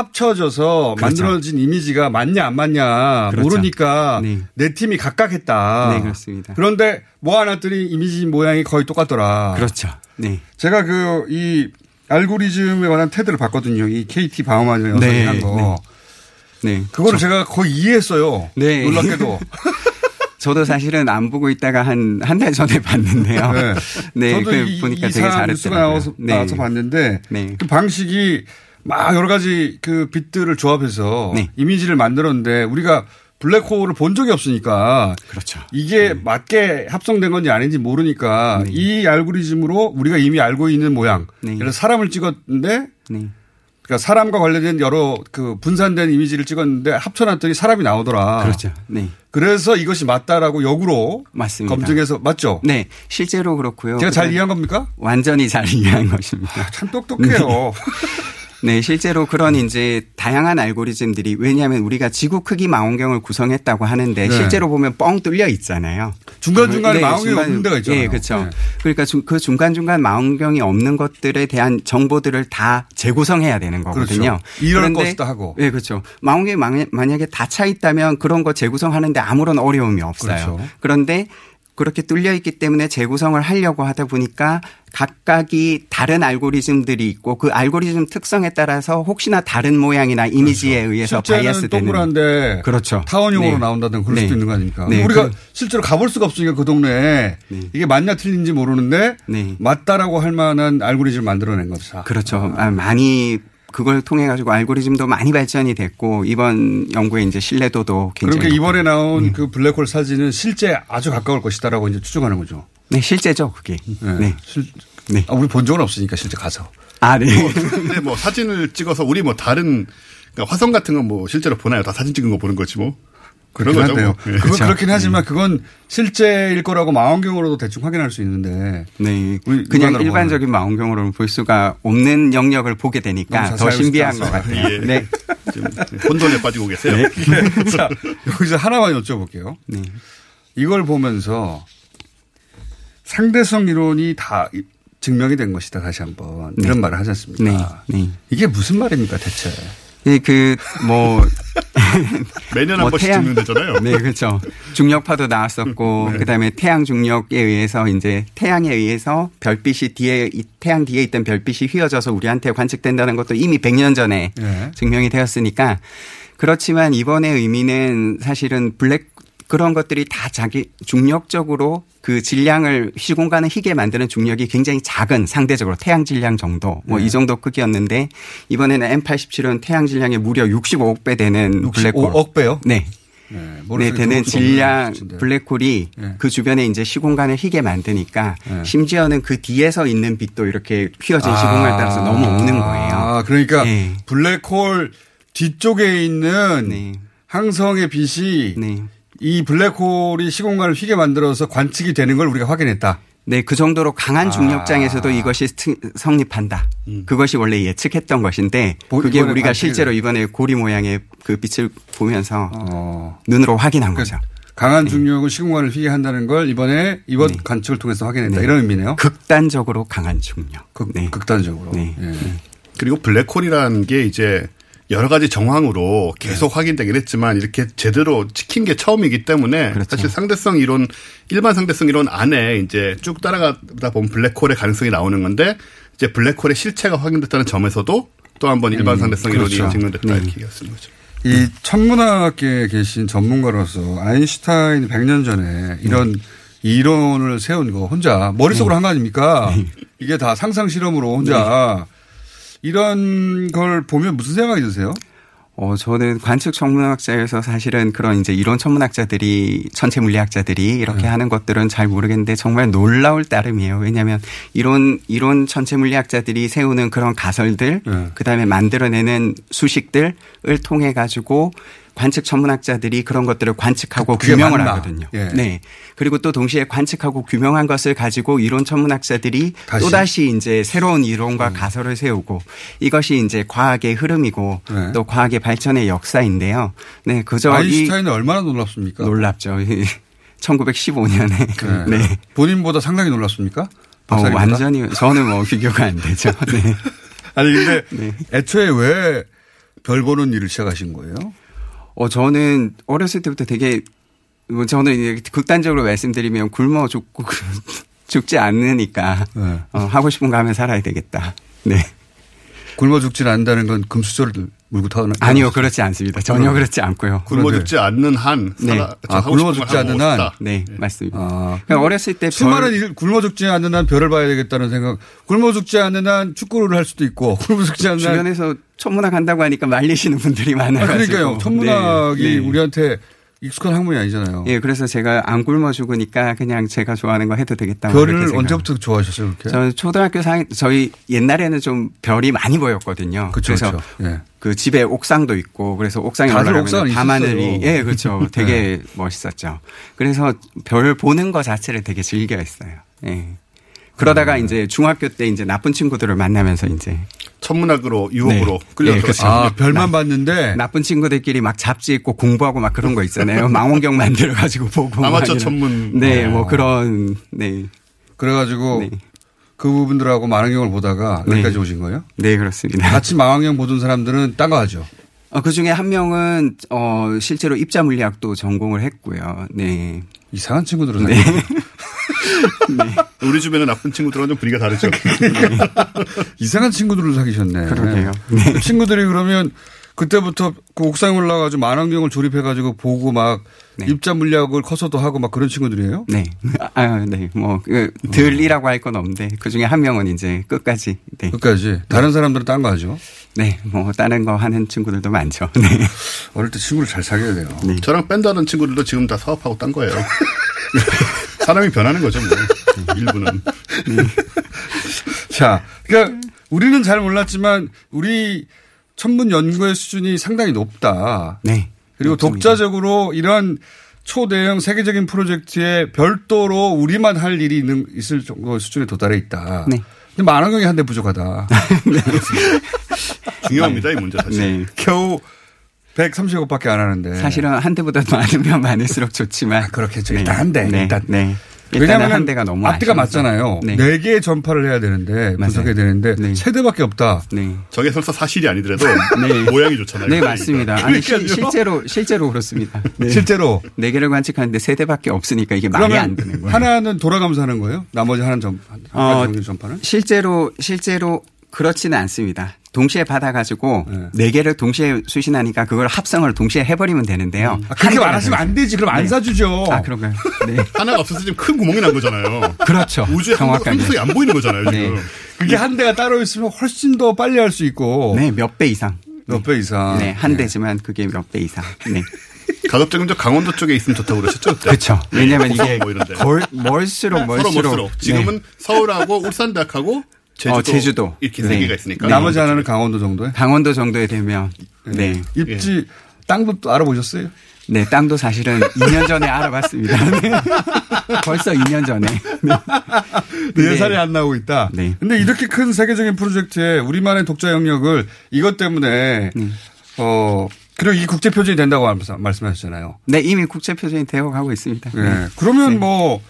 Speaker 2: 합쳐져서
Speaker 9: 그렇죠.
Speaker 2: 만들어진 이미지가 맞냐 안 맞냐
Speaker 9: 그렇죠.
Speaker 2: 모르니까 내 팀이 각각 했다.
Speaker 9: 네, 그렇습니다.
Speaker 2: 그런데 모아놨더니 이미지 모양이 거의 똑같더라.
Speaker 9: 그렇죠. 네.
Speaker 2: 제가 그 이 알고리즘에 관한 테드를 봤거든요. 이 KT 바우만 여성이
Speaker 9: 네,
Speaker 2: 한 거.
Speaker 9: 네.
Speaker 2: 그거를 제가 거의 이해했어요.
Speaker 9: 네.
Speaker 2: 놀랍게도.
Speaker 9: 저도 사실은 안 보고 있다가 한 한 달 전에 봤는데요.
Speaker 2: 네. 저도
Speaker 9: 그
Speaker 2: 이,
Speaker 9: 보니까 되게
Speaker 2: 이상한 뉴스가
Speaker 9: 잘했더라고요.
Speaker 2: 나와서, 나와서 봤는데
Speaker 9: 네.
Speaker 2: 그 방식이 막 여러 가지 그 빛들을 조합해서
Speaker 9: 네.
Speaker 2: 이미지를 만들었는데 우리가 블랙홀을 본 적이 없으니까
Speaker 9: 그렇죠.
Speaker 2: 이게 맞게 합성된 건지 아닌지 모르니까
Speaker 9: 네. 네.
Speaker 2: 이 알고리즘으로 우리가 이미 알고 있는 모양 예를 들어 사람을 찍었는데 그러니까 사람과 관련된 여러 그 분산된 이미지를 찍었는데 합쳐놨더니 사람이 나오더라.
Speaker 9: 그렇죠. 네.
Speaker 2: 그래서 이것이 맞다라고 역으로
Speaker 9: 맞습니다.
Speaker 2: 검증해서 맞죠?
Speaker 9: 네, 실제로 그렇고요.
Speaker 2: 제가 잘 이해한 겁니까?
Speaker 9: 완전히 잘 이해한 것입니다.
Speaker 2: 참 똑똑해요.
Speaker 9: 네, 실제로 그런 이제 다양한 알고리즘들이 왜냐하면 우리가 지구 크기 망원경을 구성했다고 하는데
Speaker 2: 네.
Speaker 9: 실제로 보면 뻥 뚫려 있잖아요.
Speaker 2: 중간중간에 망원경이
Speaker 9: 네, 중간-
Speaker 2: 없는 데가 있잖아요.
Speaker 9: 예, 그렇죠.
Speaker 2: 네.
Speaker 9: 그러니까 중- 그 중간중간 망원경이 없는 것들에 대한 정보들을 다 재구성해야 되는 거거든요.
Speaker 2: 그렇죠. 이럴 것이다 하고.
Speaker 9: 예, 그렇죠. 망원경이 만- 만약에 다 차 있다면 그런 거 재구성하는데 아무런 어려움이 없어요.
Speaker 2: 그렇죠.
Speaker 9: 그런데 그렇게 뚫려 있기 때문에 재구성을 하려고 하다 보니까 각각이 다른 알고리즘들이 있고 그 알고리즘 특성에 따라서 혹시나 다른 모양이나 이미지에 의해서 바이어스
Speaker 2: 그렇죠. 실제는
Speaker 9: 되는
Speaker 2: 동그란데
Speaker 9: 그렇죠.
Speaker 2: 타원형으로
Speaker 9: 네.
Speaker 2: 나온다든 그럴
Speaker 9: 네.
Speaker 2: 수도 있는 거 아닙니까?
Speaker 9: 네.
Speaker 2: 우리가
Speaker 9: 그-
Speaker 2: 실제로 가볼 수가 없으니까 그 동네에 이게 맞냐 틀린지 모르는데 맞다라고 할 만한 알고리즘을 만들어낸 겁니다.
Speaker 9: 네. 그렇죠. 아, 많이 그걸 통해 가지고 알고리즘도 많이 발전이 됐고 이번 연구의 이제 신뢰도도 굉장히
Speaker 2: 그러니까
Speaker 9: 네. 높고.
Speaker 2: 이번에 나온 그 블랙홀 사진은 실제 아주 가까울 것이다라고 이제 추정하는 거죠.
Speaker 9: 네, 실제죠, 그게.
Speaker 2: 네. 실- 아, 우리 본 적은 없으니까 실제 가서.
Speaker 9: 아, 네.
Speaker 5: 근데 뭐 사진을 찍어서 우리 뭐 다른 그러니까 화성 같은 건 뭐 실제로 보나요? 다 사진 찍은 거 보는 거지 뭐. 그런
Speaker 2: 그렇긴
Speaker 5: 거죠.
Speaker 2: 한데요.
Speaker 5: 뭐. 예.
Speaker 2: 그건 그렇긴
Speaker 9: 네.
Speaker 2: 하지만 그건 실제일 거라고 망원경으로도 대충 확인할 수 있는데.
Speaker 9: 네.
Speaker 2: 우리
Speaker 9: 그냥
Speaker 2: 누가
Speaker 9: 일반적인 망원경으로는 볼 수가 없는 영역을 보게 되니까
Speaker 2: 너무
Speaker 9: 더
Speaker 2: 자세하고
Speaker 9: 신비한
Speaker 2: 싶지
Speaker 9: 것
Speaker 2: 않아서.
Speaker 9: 같아요.
Speaker 2: 예.
Speaker 9: 네.
Speaker 5: 혼돈에 빠지고 계세요.
Speaker 2: 네. 자, 여기서 하나만 여쭤볼게요.
Speaker 9: 네.
Speaker 2: 이걸 보면서 상대성 이론이 다 이- 증명이 된 것이다 다시 한번 이런
Speaker 9: 네.
Speaker 2: 말을 하지 않습니까?
Speaker 9: 네. 네.
Speaker 2: 이게 무슨 말입니까 대체?
Speaker 9: 예, 그, 뭐.
Speaker 5: 매년
Speaker 2: 한 번씩
Speaker 9: 태양-
Speaker 2: 찍는 데잖아요. 네.
Speaker 9: 네, 그렇죠. 중력파도 나왔었고, 그 다음에 태양 중력에 의해서 이제 태양에 의해서 별빛이 뒤에, 이- 태양 뒤에 있던 별빛이 휘어져서 우리한테 관측된다는 것도 이미 100년 전에
Speaker 2: 예.
Speaker 9: 증명이 되었으니까 그렇지만 이번의 의미는 사실은 블랙 그런 것들이 다 자기 중력적으로 그 질량을 시공간을 희게 만드는 중력이 굉장히 작은 상대적으로 태양 질량 정도 뭐 이
Speaker 2: 네.
Speaker 9: 정도 크기였는데 이번에는 M87은 태양 질량의 무려 65억 배 되는 블랙홀
Speaker 2: 어, 65억 배요?
Speaker 9: 네. 네, 되는 질량 블랙홀이
Speaker 2: 네.
Speaker 9: 그 주변에 이제 시공간을 희게 만드니까
Speaker 2: 네.
Speaker 9: 심지어는 그 뒤에서 있는 빛도 이렇게 휘어진
Speaker 2: 아.
Speaker 9: 시공간에 따라서 너무 없는 거예요. 네.
Speaker 2: 아, 그러니까 블랙홀 뒤쪽에 있는 항성의 빛이
Speaker 9: 네.
Speaker 2: 이 블랙홀이 시공간을 휘게 만들어서 관측이 되는 걸 우리가 확인했다.
Speaker 9: 네, 그 정도로
Speaker 2: 아.
Speaker 9: 강한 중력장에서도 이것이 스- 성립한다. 그것이 원래 예측했던 것인데
Speaker 2: 음. 보-
Speaker 9: 그게
Speaker 2: 이번에
Speaker 9: 우리가
Speaker 2: 관측이
Speaker 9: 실제로
Speaker 2: 됐-
Speaker 9: 이번에 고리 모양의 그 빛을 보면서
Speaker 2: 어.
Speaker 9: 눈으로 확인한
Speaker 2: 그,
Speaker 9: 거죠.
Speaker 2: 그러니까
Speaker 9: 예.
Speaker 2: 강한 중력은 시공간을 휘게 한다는 걸 이번에 이번 관측을 통해서 확인했다.
Speaker 9: 네.
Speaker 2: 이런 의미네요.
Speaker 9: 극단적으로 강한 중력. 네.
Speaker 2: 극, 단적으로 예.
Speaker 5: 그리고 블랙홀이라는 게 이제 여러 가지 정황으로 계속
Speaker 2: 네.
Speaker 5: 확인되긴 했지만 이렇게 제대로 찍힌 게 처음이기 때문에
Speaker 2: 그렇죠.
Speaker 5: 사실 상대성 이론 일반 상대성 이론 안에 이제 쭉 따라가다 보면 블랙홀의 가능성이 나오는 건데 이제 블랙홀의 실체가 확인됐다는 점에서도 또 한 번 일반
Speaker 2: 음,
Speaker 5: 상대성
Speaker 2: 그렇죠.
Speaker 5: 이론이 증명됐다
Speaker 2: 네.
Speaker 5: 이렇게 얘기할 수 있는 거죠.
Speaker 9: 네.
Speaker 2: 이 천문학계에 계신 전문가로서 아인슈타인 100년 전에
Speaker 9: 네.
Speaker 2: 이런 이론을 세운 거 혼자 머릿속으로 한 거 아닙니까?
Speaker 9: 네.
Speaker 2: 이게 다 상상 실험으로 혼자 이런 걸 보면 무슨 생각이 드세요?
Speaker 9: 어, 저는 관측 천문학자에서 사실은 그런 이제 이론 천문학자들이 천체 물리학자들이
Speaker 2: 네.
Speaker 9: 이렇게 하는 것들은 잘 모르겠는데 정말 놀라울 따름이에요. 왜냐하면 이론 이론 천체 물리학자들이 세우는 그런 가설들,
Speaker 2: 네.
Speaker 9: 그다음에 만들어내는 수식들을 통해 가지고 관측 천문학자들이 그런 것들을 관측하고
Speaker 2: 그게
Speaker 9: 규명을
Speaker 2: 맞나.
Speaker 9: 하거든요.
Speaker 2: 예.
Speaker 9: 네. 그리고 또 동시에 관측하고 규명한 것을 가지고 이론 천문학자들이
Speaker 2: 다시?
Speaker 9: 또다시 이제 새로운 이론과
Speaker 2: 음.
Speaker 9: 가설을 세우고 이것이 이제 과학의 흐름이고
Speaker 2: 네.
Speaker 9: 또 과학의 발전의 역사인데요. 네, 그저
Speaker 2: 아인슈타인은 얼마나 놀랍습니까?
Speaker 9: 놀랍죠. 1915년에
Speaker 2: 네.
Speaker 9: 네.
Speaker 2: 본인보다 상당히 놀랍습니까?
Speaker 9: 어,
Speaker 2: 박사님보다? 그
Speaker 9: 완전히 저는 뭐 비교가 안 되죠. 네.
Speaker 2: 아니 근데 애초에 왜 별 보는 일을 시작하신 거예요?
Speaker 9: 어, 저는 어렸을 때부터 되게 뭐 저는 이제 극단적으로 말씀드리면 굶어 죽고 그 죽지 않으니까
Speaker 2: 네.
Speaker 9: 어, 하고 싶은 거 하면 살아야 되겠다. 네.
Speaker 2: 굶어 죽지 않는다는 건 금수저를 물고 타는
Speaker 9: 아니요, 그렇지 않습니다. 전혀 그렇지 않고요.
Speaker 5: 굶어 죽지 않는 한
Speaker 9: 네.
Speaker 5: 살아-
Speaker 2: 아,
Speaker 5: 하고 싶은
Speaker 2: 굶어
Speaker 5: 걸
Speaker 2: 죽지
Speaker 5: 하고
Speaker 2: 않는 한.
Speaker 5: 싶다.
Speaker 9: 네, 맞습니다. 그러니까
Speaker 2: 그냥
Speaker 9: 어렸을 때
Speaker 2: 아. 수많은
Speaker 9: 별-
Speaker 2: 일, 굶어 죽지 않는 한 별을 봐야 되겠다는 생각. 굶어 죽지 않는 한 축구를 할 수도 있고, 굶어 죽지 않는 한.
Speaker 9: 주변에서 천문학 한다고 하니까 말리시는 분들이 많아요.
Speaker 2: 아, 그러니까요. 천문학이 우리한테 익숙한 학문이 아니잖아요.
Speaker 9: 예, 그래서 제가 안 굶어 죽으니까 그냥 제가 좋아하는 거 해도 되겠다. 뭐
Speaker 2: 별을 언제부터 좋아하셨어요, 그렇게?
Speaker 9: 저는 초등학교 상 저희 옛날에는 좀 별이 많이 보였거든요.
Speaker 2: 그쵸,
Speaker 9: 래서
Speaker 2: 그쵸. 예.
Speaker 9: 그 집에 옥상도 있고 그래서 옥상에
Speaker 2: 다들
Speaker 9: 올라가면
Speaker 2: 옥상은
Speaker 9: 밤하늘이
Speaker 2: 있었어요.
Speaker 9: 예, 그렇죠. 되게 멋있었죠. 그래서 별 보는 거 자체를 되게 즐겨 했어요. 예. 그러다가
Speaker 2: 음.
Speaker 9: 이제 중학교 때 이제 나쁜 친구들을 만나면서 이제
Speaker 5: 천문학으로 유혹으로 끌려들어서.
Speaker 2: 아, 별만
Speaker 5: 네.
Speaker 2: 봤는데
Speaker 9: 나쁜 친구들끼리 막 잡지 있고 공부하고 막 그런 거 있잖아요. 망원경 만들어 가지고 보고
Speaker 5: 아마추어
Speaker 9: 막 이런.
Speaker 5: 전문.
Speaker 9: 네, 뭐
Speaker 2: 어.
Speaker 9: 그런 네.
Speaker 2: 그래가지고 그 부분들하고 망원경을 보다가
Speaker 9: 네.
Speaker 2: 여기까지 오신 거예요?
Speaker 9: 네, 그렇습니다.
Speaker 2: 같이 망원경 보던 사람들은 딴 거 하죠.
Speaker 9: 어, 그 중에 한 명은 어 실제로 입자 물리학도 전공을 했고요. 네.
Speaker 2: 이상한 친구들은
Speaker 9: 네.
Speaker 5: 우리 주변에 나쁜 친구들은 좀 분위기가 다르죠.
Speaker 2: 이상한 친구들을 사귀셨네.
Speaker 9: 그러게요.
Speaker 2: 그 친구들이 그러면 그때부터 그 옥상에 올라가가지고 만원경을 조립해가지고 보고 막 입자 물리학을 커서도 하고 막 그런 친구들이에요?
Speaker 9: 네. 아, 네. 뭐, 그, 들이라고 할 건 없는데, 그 중에 한 명은 이제 끝까지, 네.
Speaker 2: 끝까지. 다른 사람들은 딴 거 하죠?
Speaker 9: 네. 뭐, 다른 거 하는 친구들도 많죠. 네.
Speaker 2: 어릴 때 친구를 잘 사귀어야 돼요.
Speaker 5: 저랑 밴드하는 친구들도 지금 다 사업하고 딴 거예요. 사람이 변하는 거죠, 뭐. 일부는.
Speaker 2: 자, 그러니까 우리는 잘 몰랐지만 우리 천문 연구의 수준이 상당히 높다.
Speaker 9: 네.
Speaker 2: 그리고 독자적으로 이러한 초대형 세계적인 프로젝트에 별도로 우리만 할 일이 있는 있을 정도 수준에 도달해 있다.
Speaker 9: 네.
Speaker 2: 근데 만원경이 한 대 부족하다.
Speaker 5: 중요합니다, 이 문제 사실. 네.
Speaker 9: 네.
Speaker 2: 겨우 130억밖에 안 하는데.
Speaker 9: 사실은 한 대보다 많으면 많을수록 좋지만.
Speaker 5: 아,
Speaker 2: 그렇겠죠. 일단 한 대,
Speaker 9: 네.
Speaker 2: 일단.
Speaker 9: 네. 일단은
Speaker 2: 왜냐하면
Speaker 9: 한 대가 너무
Speaker 2: 앞뒤가
Speaker 9: 아쉬워서.
Speaker 2: 맞잖아요.
Speaker 9: 네.
Speaker 2: 네 개의 전파를 해야 되는데 분석해야 되는데 세 대밖에 없다.
Speaker 9: 네.
Speaker 5: 저게 설사 사실이 아니더라도
Speaker 9: 네.
Speaker 5: 모양이 좋잖아요.
Speaker 9: 네, 맞습니다. 아니, 실-
Speaker 5: 그러니까요.
Speaker 9: 실제로, 실제로 그렇습니다. 네.
Speaker 2: 실제로
Speaker 9: 네 개를 관측하는데 세 대밖에 없으니까 이게 말이
Speaker 2: 그러면
Speaker 9: 안 되는 거예요.
Speaker 2: 하나는 돌아가면서 하는 거예요? 나머지 하나는 전, 한
Speaker 9: 어,
Speaker 2: 가지 아, 전파는?
Speaker 9: 실제로 실제로 그렇지는 않습니다. 동시에 받아가지고 네. 개를 동시에 수신하니까 그걸 합성을 동시에 해버리면 되는데요.
Speaker 2: 아, 그렇게
Speaker 9: 한 개가
Speaker 2: 말하시면
Speaker 9: 되죠.
Speaker 2: 안 되지. 그럼 안
Speaker 9: 네.
Speaker 2: 사주죠.
Speaker 9: 아 그런가요? 네.
Speaker 5: 하나가 없어서 지금 큰 구멍이 난 거잖아요.
Speaker 9: 그렇죠.
Speaker 5: 우주에
Speaker 9: 정확하게.
Speaker 5: 한국이 안 보이는 거잖아요,
Speaker 9: 네.
Speaker 5: 지금.
Speaker 2: 그게 한 대가 따로 있으면 훨씬 더 빨리 할 수 있고
Speaker 9: 네, 몇 배 이상.
Speaker 2: 몇 배 이상.
Speaker 9: 네, 한 대지만 그게 몇 배 이상. 네.
Speaker 5: 가급적이면 저 강원도 쪽에 있으면 좋다고 그러셨죠? 그때?
Speaker 9: 그렇죠. 왜냐면
Speaker 5: 고성
Speaker 9: 이게
Speaker 5: 뭐 이런데.
Speaker 9: 멀, 멀수록
Speaker 5: 서로
Speaker 9: 멀수록. 네.
Speaker 5: 멀수록. 지금은 서울하고 울산대학하고 제주도,
Speaker 9: 어, 제주도.
Speaker 5: 이렇게 세
Speaker 9: 네.
Speaker 5: 개가 있으니까.
Speaker 2: 나머지 하나는 강원도 정도에?
Speaker 9: 네. 강원도 정도에 되면. 네.
Speaker 5: 예.
Speaker 2: 입지 땅도 또 알아보셨어요?
Speaker 9: 네, 땅도 사실은 2년 전에 알아봤습니다. 네. 벌써 2년 전에. 네.
Speaker 2: 네. 예산이 안 나오고 있다.
Speaker 9: 네.
Speaker 2: 근데 이렇게 큰 세계적인 프로젝트에 우리만의 독자 영역을 이것 때문에
Speaker 9: 네.
Speaker 2: 어 그리고 이 국제 표준이 된다고 말씀- 말씀하셨잖아요.
Speaker 9: 네, 이미 국제 표준이 되어 가고 있습니다. 네.
Speaker 2: 예. 그러면 뭐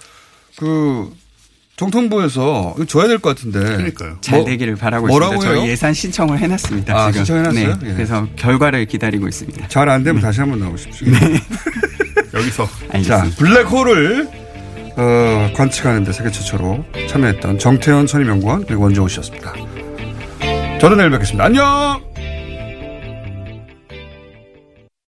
Speaker 2: 그 정통부에서 이거 줘야 될 것 같은데.
Speaker 5: 그러니까요.
Speaker 9: 잘
Speaker 2: 뭐-
Speaker 9: 되기를 바라고
Speaker 2: 뭐라고
Speaker 9: 있습니다. 저희
Speaker 2: 해요?
Speaker 9: 예산 신청을 해놨습니다.
Speaker 2: 아,
Speaker 9: 지금.
Speaker 2: 신청해놨어요?
Speaker 9: 네.
Speaker 2: 예.
Speaker 9: 그래서 결과를 기다리고 있습니다.
Speaker 2: 잘 안 되면 다시 한번 나오십시오.
Speaker 5: 여기서
Speaker 2: 자,
Speaker 9: 네. 알겠습니다.
Speaker 2: 블랙홀을 어, 관측하는데 세계 최초로 참여했던 정태현 선임연구원 그리고 원종우 씨였습니다. 저는 내일 뵙겠습니다. 안녕.